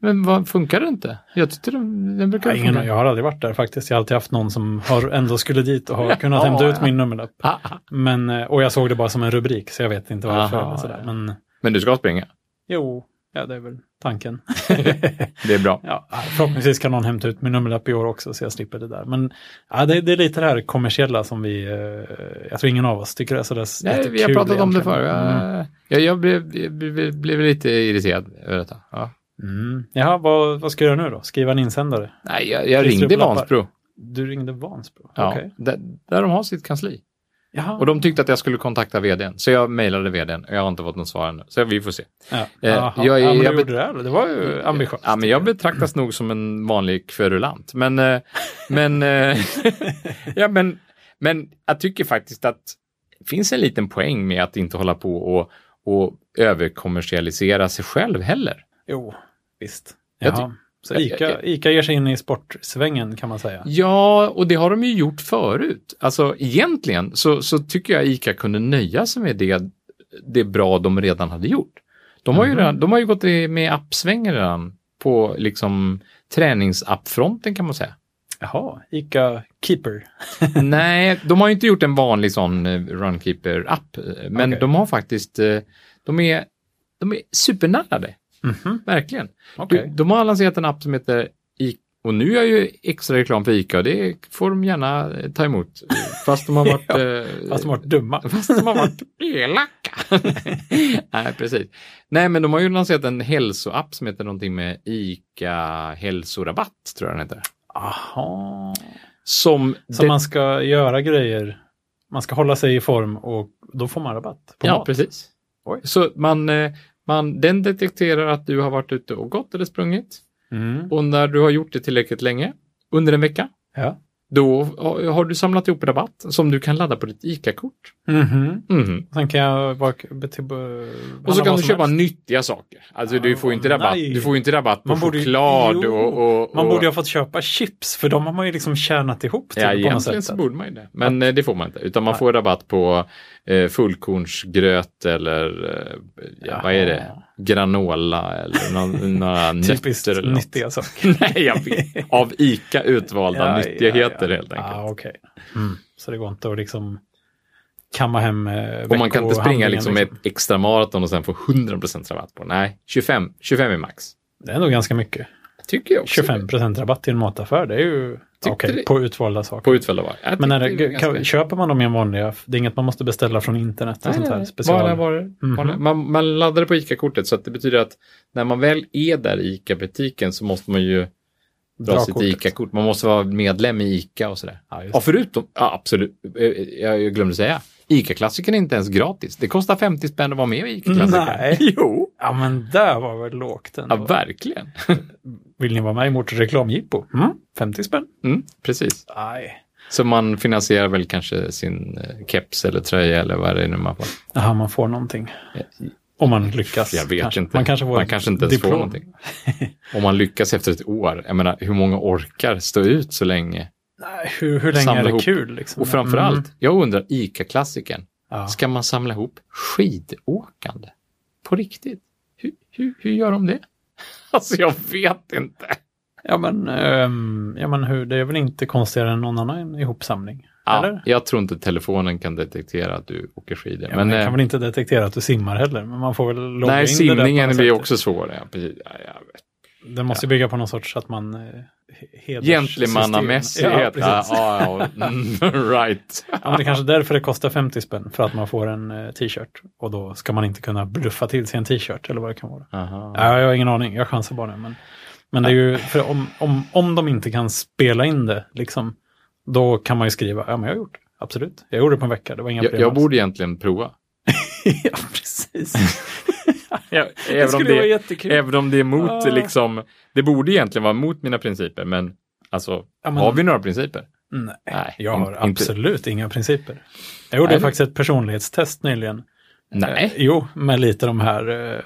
[SPEAKER 2] Men vad, funkar det inte? Jag tyckte den, den brukar
[SPEAKER 1] Ja, ingen,
[SPEAKER 2] funka.
[SPEAKER 1] jag har aldrig varit där faktiskt. Jag har alltid haft någon som har ändå skulle dit och
[SPEAKER 2] *laughs*
[SPEAKER 1] har kunnat
[SPEAKER 2] Ja,
[SPEAKER 1] hämta ut
[SPEAKER 2] ja.
[SPEAKER 1] min nummerlapp.
[SPEAKER 2] Ah, ah.
[SPEAKER 1] Men, eh, och jag såg det bara som en rubrik så jag vet inte varför.
[SPEAKER 2] Aha,
[SPEAKER 1] eller sådär.
[SPEAKER 2] ja.
[SPEAKER 1] Men
[SPEAKER 2] Men du ska springa,
[SPEAKER 1] jo, ja, det är väl *laughs* tanken.
[SPEAKER 2] det är bra.
[SPEAKER 1] Ja, förhoppningsvis kan någon hämta ut min nummerlapp i år också så jag slipper det där. Men ja, det, det är lite det här kommersiella som vi, eh, jag tror ingen av oss tycker det är sådär
[SPEAKER 2] Nej, vi har
[SPEAKER 1] jättekul
[SPEAKER 2] pratat om det
[SPEAKER 1] egentligen. Mm.
[SPEAKER 2] förr. Jag, jag, jag blev, jag blev, blev lite irriterad över detta. Ja.
[SPEAKER 1] Mm. Mm. Jaha, vad, vad ska jag göra nu då? Skriva en insändare?
[SPEAKER 2] Nej, jag, jag
[SPEAKER 1] Klistra upp
[SPEAKER 2] ringde
[SPEAKER 1] lappar.
[SPEAKER 2] Vansbro,
[SPEAKER 1] Du ringde Vansbro?
[SPEAKER 2] ja,
[SPEAKER 1] Okej.
[SPEAKER 2] där, där de har sitt kansli.
[SPEAKER 1] Jaha.
[SPEAKER 2] Och de tyckte att jag skulle kontakta vdn, så jag mejlade vdn och jag har inte fått något svar ännu. Så vi får se.
[SPEAKER 1] ja.
[SPEAKER 2] eh,
[SPEAKER 1] Jaha.
[SPEAKER 2] jag är-
[SPEAKER 1] ja, men du
[SPEAKER 2] jag Mm.
[SPEAKER 1] gjorde det, eller? det var ju ambitiöst.
[SPEAKER 2] Ja, men jag betraktas nog som en vanlig kverulant. Men, eh, men, eh, *laughs* ja, men, men jag tycker faktiskt att det finns en liten poäng med att inte hålla på och, och överkommersialisera sig själv heller.
[SPEAKER 1] Jo, visst.
[SPEAKER 2] Jag
[SPEAKER 1] Jaha. Så
[SPEAKER 2] jag-
[SPEAKER 1] Ica,
[SPEAKER 2] jag-
[SPEAKER 1] Ica ger sig in i sportsvängen kan man säga.
[SPEAKER 2] Ja, och det har de ju gjort förut. Alltså egentligen så, så tycker jag ICA kunde nöja sig med det, det bra de redan hade gjort. De har ju,
[SPEAKER 1] Mhm.
[SPEAKER 2] redan, de har ju gått i- med appsvängen redan på liksom träningsappfronten kan man säga.
[SPEAKER 1] Jaha, Ica Keeper.
[SPEAKER 2] Nej, de har ju inte gjort en vanlig sån eh, Runkeeper-app, eh, men
[SPEAKER 1] Okej.
[SPEAKER 2] de har faktiskt, eh, de är, de är supernära det,
[SPEAKER 1] Mhm,
[SPEAKER 2] verkligen.
[SPEAKER 1] okej.
[SPEAKER 2] Du, de har lanserat en app som heter I- och nu är jag ju extra reklam för ICA och det får de gärna eh, ta emot.
[SPEAKER 1] *laughs*
[SPEAKER 2] Fast de har varit,
[SPEAKER 1] Ja,
[SPEAKER 2] eh,
[SPEAKER 1] Fast de har varit dumma.
[SPEAKER 2] fast de
[SPEAKER 1] *laughs*
[SPEAKER 2] har varit elaka. *laughs* Nej, precis. Nej, men de har ju lanserat en hälsoapp som heter någonting med ICA hälsorabatt, tror jag den heter.
[SPEAKER 1] Aha.
[SPEAKER 2] Som,
[SPEAKER 1] Så
[SPEAKER 2] det-
[SPEAKER 1] man ska göra grejer, man ska hålla sig i form och då får man rabatt på
[SPEAKER 2] Ja,
[SPEAKER 1] mat.
[SPEAKER 2] precis.
[SPEAKER 1] Oj.
[SPEAKER 2] Så man, eh, man, den detekterar att du har varit ute och gått eller sprungit.
[SPEAKER 1] Mm.
[SPEAKER 2] Och när du har gjort det tillräckligt länge, under en vecka,
[SPEAKER 1] Ja.
[SPEAKER 2] då har- har du samlat ihop rabatt som du kan ladda på ditt ICA-kort.
[SPEAKER 1] Mhm.
[SPEAKER 2] Mhm.
[SPEAKER 1] Sen kan jag bara... betib-
[SPEAKER 2] Och så
[SPEAKER 1] handla
[SPEAKER 2] kan
[SPEAKER 1] vad
[SPEAKER 2] du
[SPEAKER 1] som
[SPEAKER 2] köpa
[SPEAKER 1] helst. Ah,
[SPEAKER 2] nyttiga saker. Alltså du får ju inte rabatt,
[SPEAKER 1] Nej.
[SPEAKER 2] du får ju inte rabatt på
[SPEAKER 1] Man borde ju-
[SPEAKER 2] choklad
[SPEAKER 1] Jo.
[SPEAKER 2] och, och, och...
[SPEAKER 1] Man borde ju ha fått köpa chips, för de har man ju liksom tjänat ihop till
[SPEAKER 2] Ja,
[SPEAKER 1] på något
[SPEAKER 2] egentligen
[SPEAKER 1] sätt.
[SPEAKER 2] så borde man ju det. Men eh, det får man inte. Utan man får rabatt på eh, fullkornsgröt eller eh, ja, vad är det?
[SPEAKER 1] Jaha.
[SPEAKER 2] Granola eller
[SPEAKER 1] *laughs*
[SPEAKER 2] någon, några
[SPEAKER 1] Typiskt
[SPEAKER 2] nötter. Eller något.
[SPEAKER 1] nyttiga saker.
[SPEAKER 2] *laughs* Nej,
[SPEAKER 1] *laughs*
[SPEAKER 2] jag vet. Av ICA utvalda nyttigheter helt enkelt.
[SPEAKER 1] Ah, okay. mm. Så det går inte att liksom kamma hem eh,
[SPEAKER 2] Och man kan inte springa
[SPEAKER 1] veckohandlingen,
[SPEAKER 2] liksom ett extra maraton och sen få 100% rabatt på det. Nej, 25, 25 är max.
[SPEAKER 1] Det är nog ganska mycket.
[SPEAKER 2] Tycker jag också.
[SPEAKER 1] 25 procent rabatt i en mataffär, det är ju
[SPEAKER 2] Tyckte
[SPEAKER 1] okej
[SPEAKER 2] det-
[SPEAKER 1] på utvalda saker.
[SPEAKER 2] På utfällda var. Jag
[SPEAKER 1] Men när
[SPEAKER 2] tyckte
[SPEAKER 1] det,
[SPEAKER 2] var
[SPEAKER 1] kan,
[SPEAKER 2] ganska-
[SPEAKER 1] köper man dem i en vanlig aff- det är inget man måste beställa från internet och sånt här special.
[SPEAKER 2] Bara varor.
[SPEAKER 1] Mhm.
[SPEAKER 2] Bara- Man, man laddar det på ICA-kortet så att det betyder att när man väl är där i ICA-butiken så måste man ju dra
[SPEAKER 1] Dra
[SPEAKER 2] sitt
[SPEAKER 1] kortet.
[SPEAKER 2] ICA-kort. Man måste vara medlem i ICA och sådär.
[SPEAKER 1] Ja, just
[SPEAKER 2] Ja, förutom, ja, absolut, Eh, eh, jag glömde säga, ICA-klassikern är inte ens gratis. Det kostar 50 spänn att vara med i ICA-klassikern.
[SPEAKER 1] Mm, Nej.
[SPEAKER 2] *laughs* Jo.
[SPEAKER 1] Ja, men där var väl lågt
[SPEAKER 2] Ja,
[SPEAKER 1] ändå.
[SPEAKER 2] verkligen.
[SPEAKER 1] Vill ni vara med i vårt reklamjippo? Mm? 50 spänn?
[SPEAKER 2] Mm, precis.
[SPEAKER 1] Nej.
[SPEAKER 2] Så man finansierar väl kanske sin eh, keps eller tröja eller vad det är nu man får.
[SPEAKER 1] Jaha, man får någonting. Om man lyckas.
[SPEAKER 2] Jag vet
[SPEAKER 1] kanske.
[SPEAKER 2] inte.
[SPEAKER 1] Man kanske får
[SPEAKER 2] man
[SPEAKER 1] ett
[SPEAKER 2] kanske inte ens
[SPEAKER 1] diplom.
[SPEAKER 2] får någonting. Om man lyckas efter ett år, jag menar hur många orkar stå ut så länge?
[SPEAKER 1] Nej, hur, hur länge
[SPEAKER 2] Samla
[SPEAKER 1] är det
[SPEAKER 2] ihop.
[SPEAKER 1] kul? Liksom?
[SPEAKER 2] Och framför
[SPEAKER 1] Mm.
[SPEAKER 2] allt, jag undrar ICA-klassikern,
[SPEAKER 1] Ja.
[SPEAKER 2] ska man samla ihop skidåkande? På riktigt? Hur, hur, hur gör de det? *laughs* Alltså jag vet inte.
[SPEAKER 1] Ja, men, ehm, ja, men hur, det är väl inte konstigare än någon annan ihopsamling?
[SPEAKER 2] Ja,
[SPEAKER 1] Eller?
[SPEAKER 2] jag tror inte telefonen kan detektera att du åker skidor.
[SPEAKER 1] Ja, men,
[SPEAKER 2] eh,
[SPEAKER 1] jag kan väl inte detektera att du simmar heller, men man får väl logga
[SPEAKER 2] nej,
[SPEAKER 1] in det där på
[SPEAKER 2] simningen
[SPEAKER 1] något
[SPEAKER 2] blir
[SPEAKER 1] sätt.
[SPEAKER 2] också svår. Ja, precis. Ja, jag vet.
[SPEAKER 1] Den måste ju bygga på någon sorts att man... eh, he- heders-
[SPEAKER 2] Gentlemannamässighet.
[SPEAKER 1] Ja,
[SPEAKER 2] Ja,
[SPEAKER 1] precis.
[SPEAKER 2] ja, ja, *laughs* Mm, right.
[SPEAKER 1] Ja, men det är kanske är därför det kostar 50 spänn, för att man får en eh, t-shirt. Och då ska man inte kunna bluffa till sig en t-shirt eller vad det kan vara.
[SPEAKER 2] Aha.
[SPEAKER 1] Ja, jag har ingen aning, jag chansar bara nu. Men, men det är ju, för om, om, om de inte kan spela in det, liksom, då kan man ju skriva, ja men jag har gjort det. Absolut, jag gjorde det på en vecka, det var inga
[SPEAKER 2] Jag,
[SPEAKER 1] problem
[SPEAKER 2] jag
[SPEAKER 1] alls.
[SPEAKER 2] borde egentligen prova.
[SPEAKER 1] *laughs* ja, precis. det
[SPEAKER 2] även, om
[SPEAKER 1] skulle vara
[SPEAKER 2] det,
[SPEAKER 1] jättekul.
[SPEAKER 2] även om det är mot,
[SPEAKER 1] Ah.
[SPEAKER 2] liksom, det borde egentligen vara mot mina principer, men alltså,
[SPEAKER 1] Ja, men- mm,
[SPEAKER 2] har vi några principer?
[SPEAKER 1] Nej,
[SPEAKER 2] Nej,
[SPEAKER 1] jag har
[SPEAKER 2] in- inte-
[SPEAKER 1] absolut inga principer. Jag gjorde
[SPEAKER 2] Nej.
[SPEAKER 1] faktiskt ett personlighetstest nyligen. Eh,
[SPEAKER 2] Nej.
[SPEAKER 1] Jo, med lite de här, eh,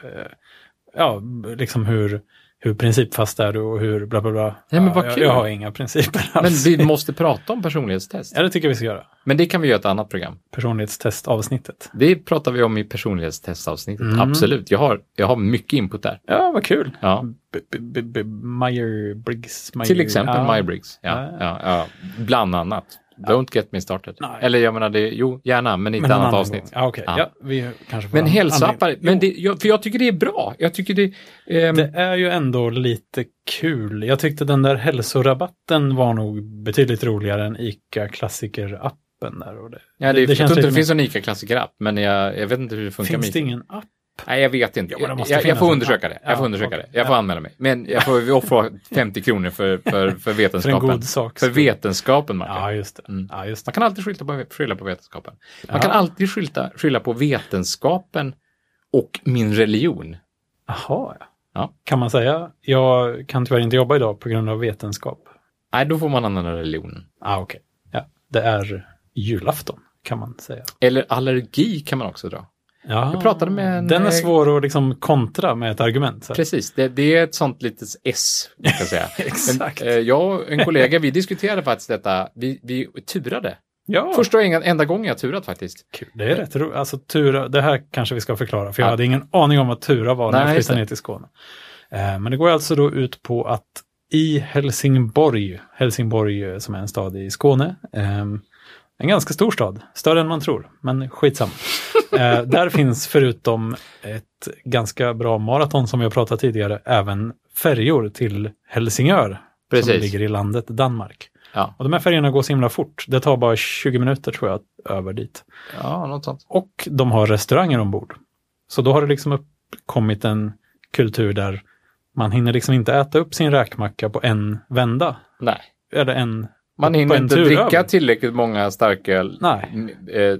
[SPEAKER 1] ja, liksom hur, hur principfast är du och hur bla bla bla.
[SPEAKER 2] Ja, men vad
[SPEAKER 1] jag,
[SPEAKER 2] kul.
[SPEAKER 1] jag har inga principer
[SPEAKER 2] Men
[SPEAKER 1] alls.
[SPEAKER 2] vi måste prata om personlighetstest.
[SPEAKER 1] *laughs* Ja, det tycker jag vi ska göra.
[SPEAKER 2] Men det kan vi göra i ett annat program.
[SPEAKER 1] Personlighetstestavsnittet.
[SPEAKER 2] Det pratar vi om i personlighetstestavsnittet.
[SPEAKER 1] Mm.
[SPEAKER 2] Absolut, jag har, jag har mycket input där.
[SPEAKER 1] Ja, vad kul.
[SPEAKER 2] Ja.
[SPEAKER 1] B- b- b- b- Meyer Briggs. Meyer,
[SPEAKER 2] Till exempel
[SPEAKER 1] ja.
[SPEAKER 2] ja. Mybriggs. Ja,
[SPEAKER 1] Ja.
[SPEAKER 2] ja. Ja, Bland annat. Don't get me started.
[SPEAKER 1] Nej.
[SPEAKER 2] Eller jag menar, det, jo, gärna, men i ett
[SPEAKER 1] Men någon
[SPEAKER 2] annat
[SPEAKER 1] annan
[SPEAKER 2] avsnitt.
[SPEAKER 1] gång. Ja, okej.
[SPEAKER 2] Ja.
[SPEAKER 1] Ja, vi kanske får
[SPEAKER 2] Men
[SPEAKER 1] an-
[SPEAKER 2] hälsoappar,
[SPEAKER 1] anledning.
[SPEAKER 2] men det, jag, för jag tycker det är bra. Jag tycker det... ehm,
[SPEAKER 1] Det är ju ändå lite kul. Jag tyckte den där hälsorabatten var nog betydligt roligare än ICA klassiker-appen. Där och det.
[SPEAKER 2] Ja,
[SPEAKER 1] Det-
[SPEAKER 2] det,
[SPEAKER 1] det
[SPEAKER 2] jag
[SPEAKER 1] känns
[SPEAKER 2] tror inte
[SPEAKER 1] lite
[SPEAKER 2] det finns någon ICA-klassiker-app, men jag, jag vet inte hur det funkar
[SPEAKER 1] Finns
[SPEAKER 2] med
[SPEAKER 1] det
[SPEAKER 2] ICA.
[SPEAKER 1] ingen app?
[SPEAKER 2] Nej, jag vet inte.
[SPEAKER 1] Ja, men det måste
[SPEAKER 2] jag, jag
[SPEAKER 1] finnas
[SPEAKER 2] får
[SPEAKER 1] en
[SPEAKER 2] undersöka
[SPEAKER 1] app.
[SPEAKER 2] det. Jag får
[SPEAKER 1] Ja,
[SPEAKER 2] undersöka
[SPEAKER 1] okej.
[SPEAKER 2] det. Jag får
[SPEAKER 1] Ja.
[SPEAKER 2] anmäla mig. Men jag får offra 50 kronor för, för, för
[SPEAKER 1] För en
[SPEAKER 2] vetenskapen.
[SPEAKER 1] god sak.
[SPEAKER 2] För vetenskapen, Martin.
[SPEAKER 1] Ja, just det.
[SPEAKER 2] Mm.
[SPEAKER 1] Ja, just det.
[SPEAKER 2] Man kan alltid skylla på, skylla på vetenskapen. Man
[SPEAKER 1] Ja.
[SPEAKER 2] kan alltid skylla, skylla på vetenskapen och min religion.
[SPEAKER 1] Jaha, ja.
[SPEAKER 2] Ja.
[SPEAKER 1] Kan man säga, jag kan tyvärr inte jobba idag på grund av vetenskap.
[SPEAKER 2] Nej, då får man använda religionen.
[SPEAKER 1] Ah, okej. Ja, det är julafton, kan man säga.
[SPEAKER 2] Eller allergi kan man också dra.
[SPEAKER 1] Ja,
[SPEAKER 2] Jag pratade med en...
[SPEAKER 1] Den är
[SPEAKER 2] eh,
[SPEAKER 1] svår att liksom kontra med ett argument. Så. här.
[SPEAKER 2] Precis, det, det är ett sånt litet S. kan Jag,
[SPEAKER 1] *laughs*
[SPEAKER 2] säga.
[SPEAKER 1] Exakt.
[SPEAKER 2] Men, eh, jag och en kollega, vi diskuterade faktiskt detta. Vi, vi turade.
[SPEAKER 1] Ja,
[SPEAKER 2] Första och en- enda gången jag turat faktiskt.
[SPEAKER 1] kul. det är rätt roligt. Alltså, tura, det här kanske vi ska förklara, för jag
[SPEAKER 2] Ja.
[SPEAKER 1] hade ingen aning om vad tura var när
[SPEAKER 2] Nej,
[SPEAKER 1] jag
[SPEAKER 2] just
[SPEAKER 1] flyttade
[SPEAKER 2] det.
[SPEAKER 1] ner till Skåne. Eh, Men det går alltså då ut på att i Helsingborg, Helsingborg eh, som är en stad i Skåne, ehm, en ganska stor stad, större än man tror, men
[SPEAKER 2] *laughs*
[SPEAKER 1] skitsamma. Eh, Där finns förutom ett ganska bra maraton som vi har pratat tidigare, även färjor till Helsingör som
[SPEAKER 2] Precis.
[SPEAKER 1] ligger i landet Danmark.
[SPEAKER 2] Ja.
[SPEAKER 1] Och de här färjorna går så himla fort. Det tar bara 20 minuter tror jag över dit.
[SPEAKER 2] Ja, något sånt.
[SPEAKER 1] Och de har restauranger ombord. Så då har det liksom uppkommit en kultur där man hinner liksom inte äta upp sin räkmacka på en vända.
[SPEAKER 2] Nej.
[SPEAKER 1] Eller en,
[SPEAKER 2] Man
[SPEAKER 1] På
[SPEAKER 2] hinner
[SPEAKER 1] en
[SPEAKER 2] inte
[SPEAKER 1] tur
[SPEAKER 2] dricka
[SPEAKER 1] över.
[SPEAKER 2] tillräckligt många starköl
[SPEAKER 1] nej,
[SPEAKER 2] m- eh, eh,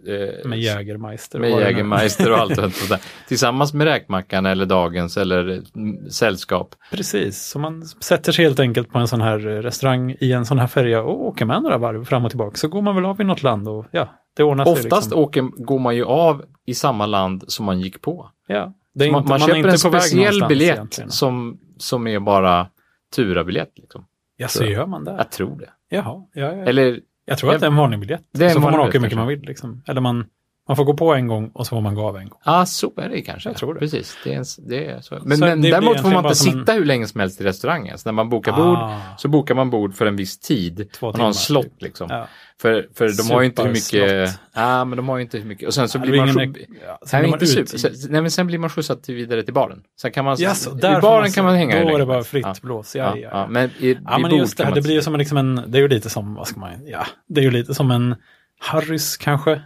[SPEAKER 1] med Jägermeister. och
[SPEAKER 2] med
[SPEAKER 1] vad det nu är.
[SPEAKER 2] Jägermeister
[SPEAKER 1] *laughs*
[SPEAKER 2] och allt sånt där. Tillsammans med räkmackan eller dagens eller mm, sällskap.
[SPEAKER 1] Precis, så man sätter sig helt enkelt på en sån här restaurang i en sån här färja och åker med några varv fram och tillbaka. Så går man väl av i något land och ja, det ordnar sig.
[SPEAKER 2] Oftast
[SPEAKER 1] liksom.
[SPEAKER 2] åker, går man ju av i samma land som man gick på.
[SPEAKER 1] ja. det är
[SPEAKER 2] man,
[SPEAKER 1] inte,
[SPEAKER 2] man
[SPEAKER 1] man,
[SPEAKER 2] köper
[SPEAKER 1] är inte
[SPEAKER 2] en
[SPEAKER 1] på väg
[SPEAKER 2] speciell
[SPEAKER 1] någonstans
[SPEAKER 2] biljett
[SPEAKER 1] egentligen.
[SPEAKER 2] som, som är bara turabiljett. Liksom.
[SPEAKER 1] Ja, så
[SPEAKER 2] tror
[SPEAKER 1] gör man det.
[SPEAKER 2] Jag tror det.
[SPEAKER 1] Jaha, ja, ja, ja.
[SPEAKER 2] Eller
[SPEAKER 1] Jag tror att det är en vanlig biljett.
[SPEAKER 2] Det är en
[SPEAKER 1] så får man
[SPEAKER 2] vanlig
[SPEAKER 1] åka hur
[SPEAKER 2] biljett,
[SPEAKER 1] mycket man vill. Liksom. Eller man, man får gå på en gång och så får man gå av en gång.
[SPEAKER 2] Ja, så är det kanske.
[SPEAKER 1] Jag tror det.
[SPEAKER 2] Precis, det är, en- det är så. Men,
[SPEAKER 1] Så
[SPEAKER 2] men
[SPEAKER 1] det blir
[SPEAKER 2] däremot får
[SPEAKER 1] egentligen
[SPEAKER 2] man
[SPEAKER 1] bara
[SPEAKER 2] inte
[SPEAKER 1] som en-
[SPEAKER 2] sitta hur länge som helst i restaurangen. Så när man bokar bord
[SPEAKER 1] Ah,
[SPEAKER 2] så bokar man bord för en viss tid.
[SPEAKER 1] Två
[SPEAKER 2] man har
[SPEAKER 1] timmar,
[SPEAKER 2] en slott
[SPEAKER 1] typ.
[SPEAKER 2] liksom.
[SPEAKER 1] ja.
[SPEAKER 2] För, för de har ju inte hur mycket...
[SPEAKER 1] Superslott.
[SPEAKER 2] Ja, men de har ju inte hur mycket. Och sen så
[SPEAKER 1] Ja,
[SPEAKER 2] blir
[SPEAKER 1] det
[SPEAKER 2] man...
[SPEAKER 1] är
[SPEAKER 2] Ingen...
[SPEAKER 1] ingen- ja, sen
[SPEAKER 2] Nej,
[SPEAKER 1] blir man
[SPEAKER 2] inte super.
[SPEAKER 1] ute i-
[SPEAKER 2] Sen, nej, men sen blir man skjutsad till vidare till baren. Sen kan man...
[SPEAKER 1] Jaså,
[SPEAKER 2] I
[SPEAKER 1] där får
[SPEAKER 2] baren
[SPEAKER 1] man-
[SPEAKER 2] kan man hänga hur
[SPEAKER 1] Då är
[SPEAKER 2] länge
[SPEAKER 1] det
[SPEAKER 2] som
[SPEAKER 1] bara
[SPEAKER 2] helst.
[SPEAKER 1] fritt
[SPEAKER 2] Ja,
[SPEAKER 1] blås. Ja,
[SPEAKER 2] ja,
[SPEAKER 1] ja,
[SPEAKER 2] ja. Men i,
[SPEAKER 1] Ja,
[SPEAKER 2] vid
[SPEAKER 1] men
[SPEAKER 2] bord
[SPEAKER 1] just det
[SPEAKER 2] kan
[SPEAKER 1] här,
[SPEAKER 2] man
[SPEAKER 1] det
[SPEAKER 2] inte
[SPEAKER 1] blir ju
[SPEAKER 2] sitta.
[SPEAKER 1] som en, liksom en, det är ju lite som, vad ska man, ja, det är ju lite som en Harrys kanske,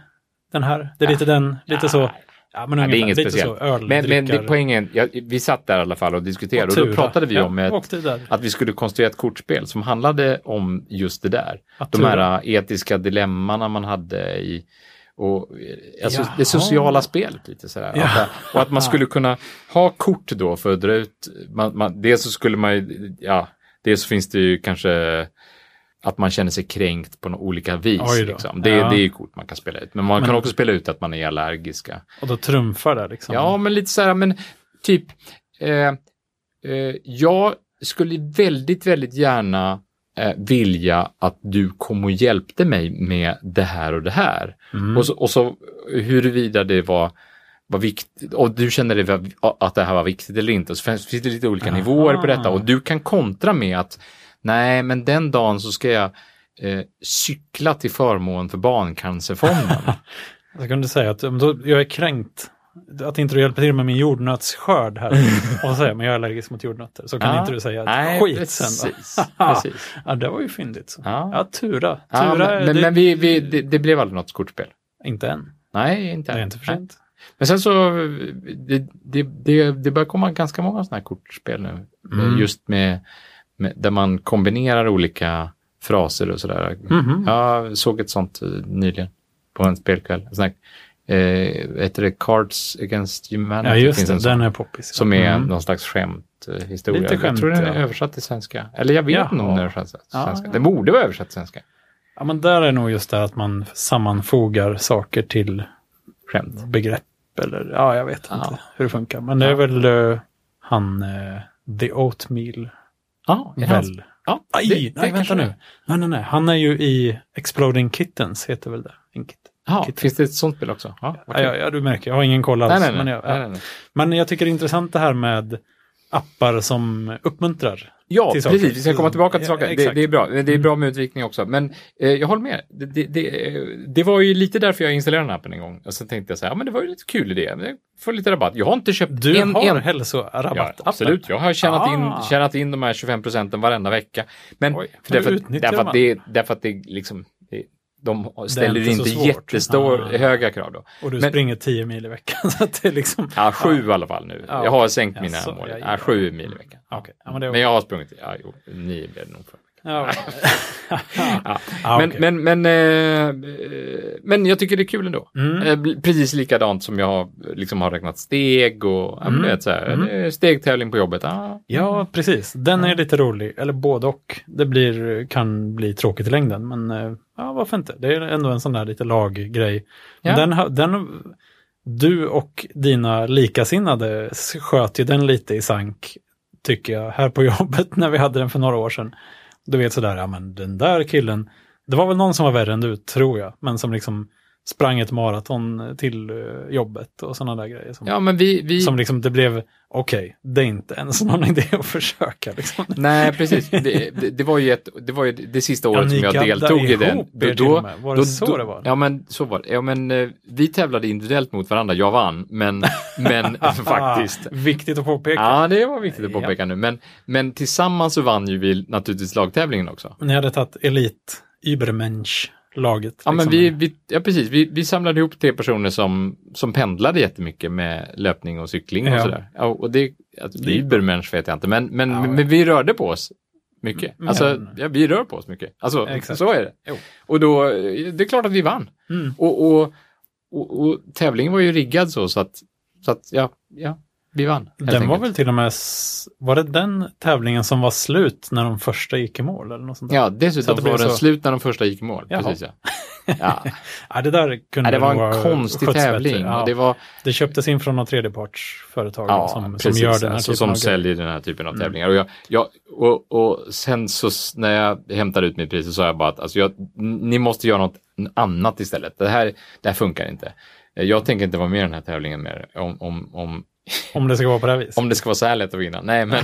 [SPEAKER 1] den här. Det är lite den, lite
[SPEAKER 2] Ja.
[SPEAKER 1] så. Ja, men
[SPEAKER 2] Ja,
[SPEAKER 1] ungefär,
[SPEAKER 2] det är inget
[SPEAKER 1] lite
[SPEAKER 2] speciellt.
[SPEAKER 1] så, öl,
[SPEAKER 2] Men, men det,
[SPEAKER 1] drickar,
[SPEAKER 2] poängen, ja, vi satt där i alla fall och diskuterade och, då
[SPEAKER 1] tura.
[SPEAKER 2] pratade vi
[SPEAKER 1] Ja,
[SPEAKER 2] om ett,
[SPEAKER 1] åkte där.
[SPEAKER 2] att vi skulle konstruera ett kortspel som handlade om just det där.
[SPEAKER 1] Att
[SPEAKER 2] De
[SPEAKER 1] tura.
[SPEAKER 2] här etiska dilemmana man hade i och, eh, alltså,
[SPEAKER 1] Jaha.
[SPEAKER 2] det sociala spelet lite sådär.
[SPEAKER 1] Ja.
[SPEAKER 2] Att, eh, och att man skulle kunna ha kort då för att dra ut, man, man, dels så skulle man ju, ja, dels så finns det ju kanske att man känner sig kränkt på några olika vis.
[SPEAKER 1] Oj då.
[SPEAKER 2] Liksom. Det,
[SPEAKER 1] Ja.
[SPEAKER 2] det är ju kort man kan spela ut. Men man kan
[SPEAKER 1] Men-
[SPEAKER 2] också spela ut att man är allergiska.
[SPEAKER 1] Och då trumfar det liksom.
[SPEAKER 2] Ja, men lite så här, men typ, eh, eh, jag skulle väldigt, väldigt gärna eh, vilja att du kom och hjälpte mig med det här och det här.
[SPEAKER 1] Mm.
[SPEAKER 2] Och, så, och så huruvida det var, var viktigt, och du känner det var, att det här var viktigt eller inte. Så finns finns det lite olika
[SPEAKER 1] Aha.
[SPEAKER 2] nivåer på detta och du kan kontra med att nej, men den dagen så ska jag eh, cykla till förmån
[SPEAKER 1] *laughs*
[SPEAKER 2] för Barncancerfonden.
[SPEAKER 1] Jag kunde säga att om då, jag är kränkt att inte du hjälper till med min jordnötsskörd
[SPEAKER 2] *laughs*
[SPEAKER 1] här. Och så säger jag, men jag är allergisk mot jordnötter. Så kan
[SPEAKER 2] Ja.
[SPEAKER 1] inte du säga ett
[SPEAKER 2] nej,
[SPEAKER 1] skit sen. *laughs*
[SPEAKER 2] precis.
[SPEAKER 1] då.
[SPEAKER 2] precis.
[SPEAKER 1] Då. Ja, det var ju fyndigt. Så.
[SPEAKER 2] Ja.
[SPEAKER 1] Ja, tura. tura
[SPEAKER 2] Ja, men, men,
[SPEAKER 1] det,
[SPEAKER 2] men vi, vi, det, det blev aldrig något kortspel.
[SPEAKER 1] Inte än.
[SPEAKER 2] Nej, inte
[SPEAKER 1] Det är
[SPEAKER 2] än.
[SPEAKER 1] inte för sent.
[SPEAKER 2] Men sen så, det, det, det, det börjar komma ganska många sådana här kortspel nu.
[SPEAKER 1] Mm.
[SPEAKER 2] Just med, med, där man kombinerar olika fraser och sådär.
[SPEAKER 1] Mhm.
[SPEAKER 2] Jag såg ett sånt eh, nyligen på en spelkväll. En sån här, eh, vad heter det Cards Against Humanity?
[SPEAKER 1] Ja, just
[SPEAKER 2] finns en
[SPEAKER 1] det.
[SPEAKER 2] sån,
[SPEAKER 1] Den är poppis.
[SPEAKER 2] Som är
[SPEAKER 1] Mm.
[SPEAKER 2] någon slags skämthistoria. historia.
[SPEAKER 1] Lite
[SPEAKER 2] jag tror
[SPEAKER 1] skämt,
[SPEAKER 2] den är
[SPEAKER 1] ja.
[SPEAKER 2] översatt till svenska. Eller jag vet
[SPEAKER 1] Jaha. Ah.
[SPEAKER 2] inte om den är översatt till
[SPEAKER 1] Ja,
[SPEAKER 2] svenska.
[SPEAKER 1] ja.
[SPEAKER 2] Den borde vara översatt till svenska.
[SPEAKER 1] Ja, men där är nog just det att man sammanfogar saker till
[SPEAKER 2] Skämt.
[SPEAKER 1] begrepp eller ja, jag vet
[SPEAKER 2] Ja.
[SPEAKER 1] inte hur det funkar. Men det är
[SPEAKER 2] Ja.
[SPEAKER 1] väl eh, han, eh, The Oatmeal,
[SPEAKER 2] Ja, är det hans-
[SPEAKER 1] väl?
[SPEAKER 2] Ja,
[SPEAKER 1] Aj,
[SPEAKER 2] det-
[SPEAKER 1] nej,
[SPEAKER 2] det
[SPEAKER 1] vänta
[SPEAKER 2] kanske det
[SPEAKER 1] nu.
[SPEAKER 2] är.
[SPEAKER 1] Nej, nej, nej. Han är ju i Exploding Kittens, heter väl det? En kit.
[SPEAKER 2] Ja,
[SPEAKER 1] Kitten.
[SPEAKER 2] finns det ett sånt spel också? Ja, vad
[SPEAKER 1] Ja, ja,
[SPEAKER 2] kul.
[SPEAKER 1] ja, du märker, jag har ingen koll alls.
[SPEAKER 2] nej, nej, nej.
[SPEAKER 1] men, jag,
[SPEAKER 2] nej, nej, nej.
[SPEAKER 1] men jag tycker det är intressant det här med appar som uppmuntrar.
[SPEAKER 2] Ja,
[SPEAKER 1] till saker.
[SPEAKER 2] precis. Vi ska komma tillbaka till
[SPEAKER 1] Ja,
[SPEAKER 2] saker. Mm. det,
[SPEAKER 1] exakt.
[SPEAKER 2] det är bra. Det är bra med utvikning också. Men eh, jag håller med. Det, det, det, eh, det var ju lite därför jag installerade den här appen en gång. Och sen tänkte jag så här, ja, men det var ju lite kul idé. Men jag Får lite rabatt. Jag har inte köpt
[SPEAKER 1] Du
[SPEAKER 2] en,
[SPEAKER 1] har
[SPEAKER 2] en Ja,
[SPEAKER 1] hälsorabatt.
[SPEAKER 2] absolut, jag har tjänat,
[SPEAKER 1] Ah.
[SPEAKER 2] in, tjänat in de här 25 procenten varenda vecka. Men
[SPEAKER 1] Oj,
[SPEAKER 2] för
[SPEAKER 1] men
[SPEAKER 2] därför, att-
[SPEAKER 1] utnyttjar
[SPEAKER 2] därför, att
[SPEAKER 1] man?
[SPEAKER 2] det, därför att det liksom, det, de ställer
[SPEAKER 1] inte så
[SPEAKER 2] inte,
[SPEAKER 1] svårt.
[SPEAKER 2] jättestora
[SPEAKER 1] Ah.
[SPEAKER 2] höga krav då.
[SPEAKER 1] Och du
[SPEAKER 2] Men-
[SPEAKER 1] springer 10 mil i veckan. *laughs* Så att det är liksom...
[SPEAKER 2] Ja, sju i alla fall nu.
[SPEAKER 1] Ja,
[SPEAKER 2] jag har sänkt mina
[SPEAKER 1] Jaså,
[SPEAKER 2] mål.
[SPEAKER 1] ja,
[SPEAKER 2] Ja,
[SPEAKER 1] ja.
[SPEAKER 2] sju mil i veckan.
[SPEAKER 1] Ja, okej. Ja, men det är
[SPEAKER 2] *laughs* Men jag har sprungit, ja, jo, nio blev det nog. För.
[SPEAKER 1] Ja, okej.
[SPEAKER 2] Ja.
[SPEAKER 1] Ja,
[SPEAKER 2] men,
[SPEAKER 1] okej.
[SPEAKER 2] men, men, eh, eh, men jag tycker det är kul ändå.
[SPEAKER 1] Mm.
[SPEAKER 2] Eh, bl- Precis likadant som jag har, liksom har räknat steg och mm.
[SPEAKER 1] Mm.
[SPEAKER 2] vet, så här, eh, stegtävling på jobbet. Ah,
[SPEAKER 1] Ja, precis. Den är lite rolig, eller både och. Det blir, kan bli tråkigt i längden, men eh, ja, varför inte? Det är ändå en sån där lite laggrej. Men
[SPEAKER 2] Ja.
[SPEAKER 1] Den, ha- den du och dina likasinnade sköt ju den lite i sank, tycker jag, här på *laughs* jobbet när vi hade den för några år sedan. Du vet sådär, ja men den där killen, det var väl någon som var värre än du, tror jag, men som liksom sprang ett maraton till eh, jobbet och sådana där grejer. Som,
[SPEAKER 2] Ja, men vi... vi...
[SPEAKER 1] som liksom det blev, okej, det är inte ens någon idé att försöka. Liksom.
[SPEAKER 2] Nej, precis. Det, det, det var ju ett, det var ju det sista året
[SPEAKER 1] ni
[SPEAKER 2] som jag
[SPEAKER 1] gaddade
[SPEAKER 2] deltog i
[SPEAKER 1] ihop
[SPEAKER 2] den.
[SPEAKER 1] er till och med. Var det så det var?
[SPEAKER 2] *laughs* Ja, men så var det. Ja, men eh, vi tävlade individuellt mot varandra. Jag vann, men, men
[SPEAKER 1] *laughs*
[SPEAKER 2] faktiskt.
[SPEAKER 1] Ah, viktigt att påpeka.
[SPEAKER 2] Ja, det var viktigt att
[SPEAKER 1] Ja.
[SPEAKER 2] påpeka nu. Men, men tillsammans så vann ju vi naturligtvis lagtävlingen också.
[SPEAKER 1] Ni hade tagit elit, Übermensch-laget.
[SPEAKER 2] Ja, men
[SPEAKER 1] liksom.
[SPEAKER 2] vi, vi, ja precis. Vi, vi samlade ihop tre personer som, som pendlade jättemycket med löpning och cykling och
[SPEAKER 1] Ja.
[SPEAKER 2] sådär. Ja, och det, att,
[SPEAKER 1] Det-
[SPEAKER 2] Übermensch vet jag inte, men, men,
[SPEAKER 1] Ja, ja.
[SPEAKER 2] men vi rörde på oss mycket.
[SPEAKER 1] Men-
[SPEAKER 2] Alltså, ja, vi rör på oss mycket. Alltså,
[SPEAKER 1] Exakt.
[SPEAKER 2] så är det.
[SPEAKER 1] Jo.
[SPEAKER 2] Och då, det är klart att vi vann.
[SPEAKER 1] Mm.
[SPEAKER 2] Och, och, och, och tävlingen var ju riggad så, så att, så att ja, ja, vi vann. helt
[SPEAKER 1] Den var
[SPEAKER 2] enkelt.
[SPEAKER 1] väl till och med, s- var det den tävlingen som var slut när de första gick i mål eller något sånt där?
[SPEAKER 2] Ja,
[SPEAKER 1] Så att
[SPEAKER 2] dessutom
[SPEAKER 1] det
[SPEAKER 2] var
[SPEAKER 1] blev
[SPEAKER 2] den
[SPEAKER 1] så.
[SPEAKER 2] slut när de första gick i mål.
[SPEAKER 1] Jaha.
[SPEAKER 2] Precis, ja.
[SPEAKER 1] *laughs*
[SPEAKER 2] Ja.
[SPEAKER 1] Ja, det där kunde
[SPEAKER 2] Nej, det var en
[SPEAKER 1] nog ha
[SPEAKER 2] konstig
[SPEAKER 1] skötts bättre.
[SPEAKER 2] tävling.
[SPEAKER 1] Ja,
[SPEAKER 2] Och det
[SPEAKER 1] det,
[SPEAKER 2] var,
[SPEAKER 1] köptes in från något tredjepartsföretag
[SPEAKER 2] Ja,
[SPEAKER 1] som, som
[SPEAKER 2] precis.
[SPEAKER 1] gör den här
[SPEAKER 2] alltså,
[SPEAKER 1] typen
[SPEAKER 2] som
[SPEAKER 1] av grejer.
[SPEAKER 2] säljer den här typen av
[SPEAKER 1] Mm.
[SPEAKER 2] tävlingar. Och, jag, jag, och, och sen så s- när jag hämtade ut mitt pris så sa jag bara att alltså jag, ni måste göra något annat istället. Det här, det här funkar inte. Jag tänker inte vara med i den här tävlingen mer om, om, om,
[SPEAKER 1] Om det ska vara på det här viset.
[SPEAKER 2] om det ska vara så här lätt att vinna.
[SPEAKER 1] *laughs*
[SPEAKER 2] Nej, men,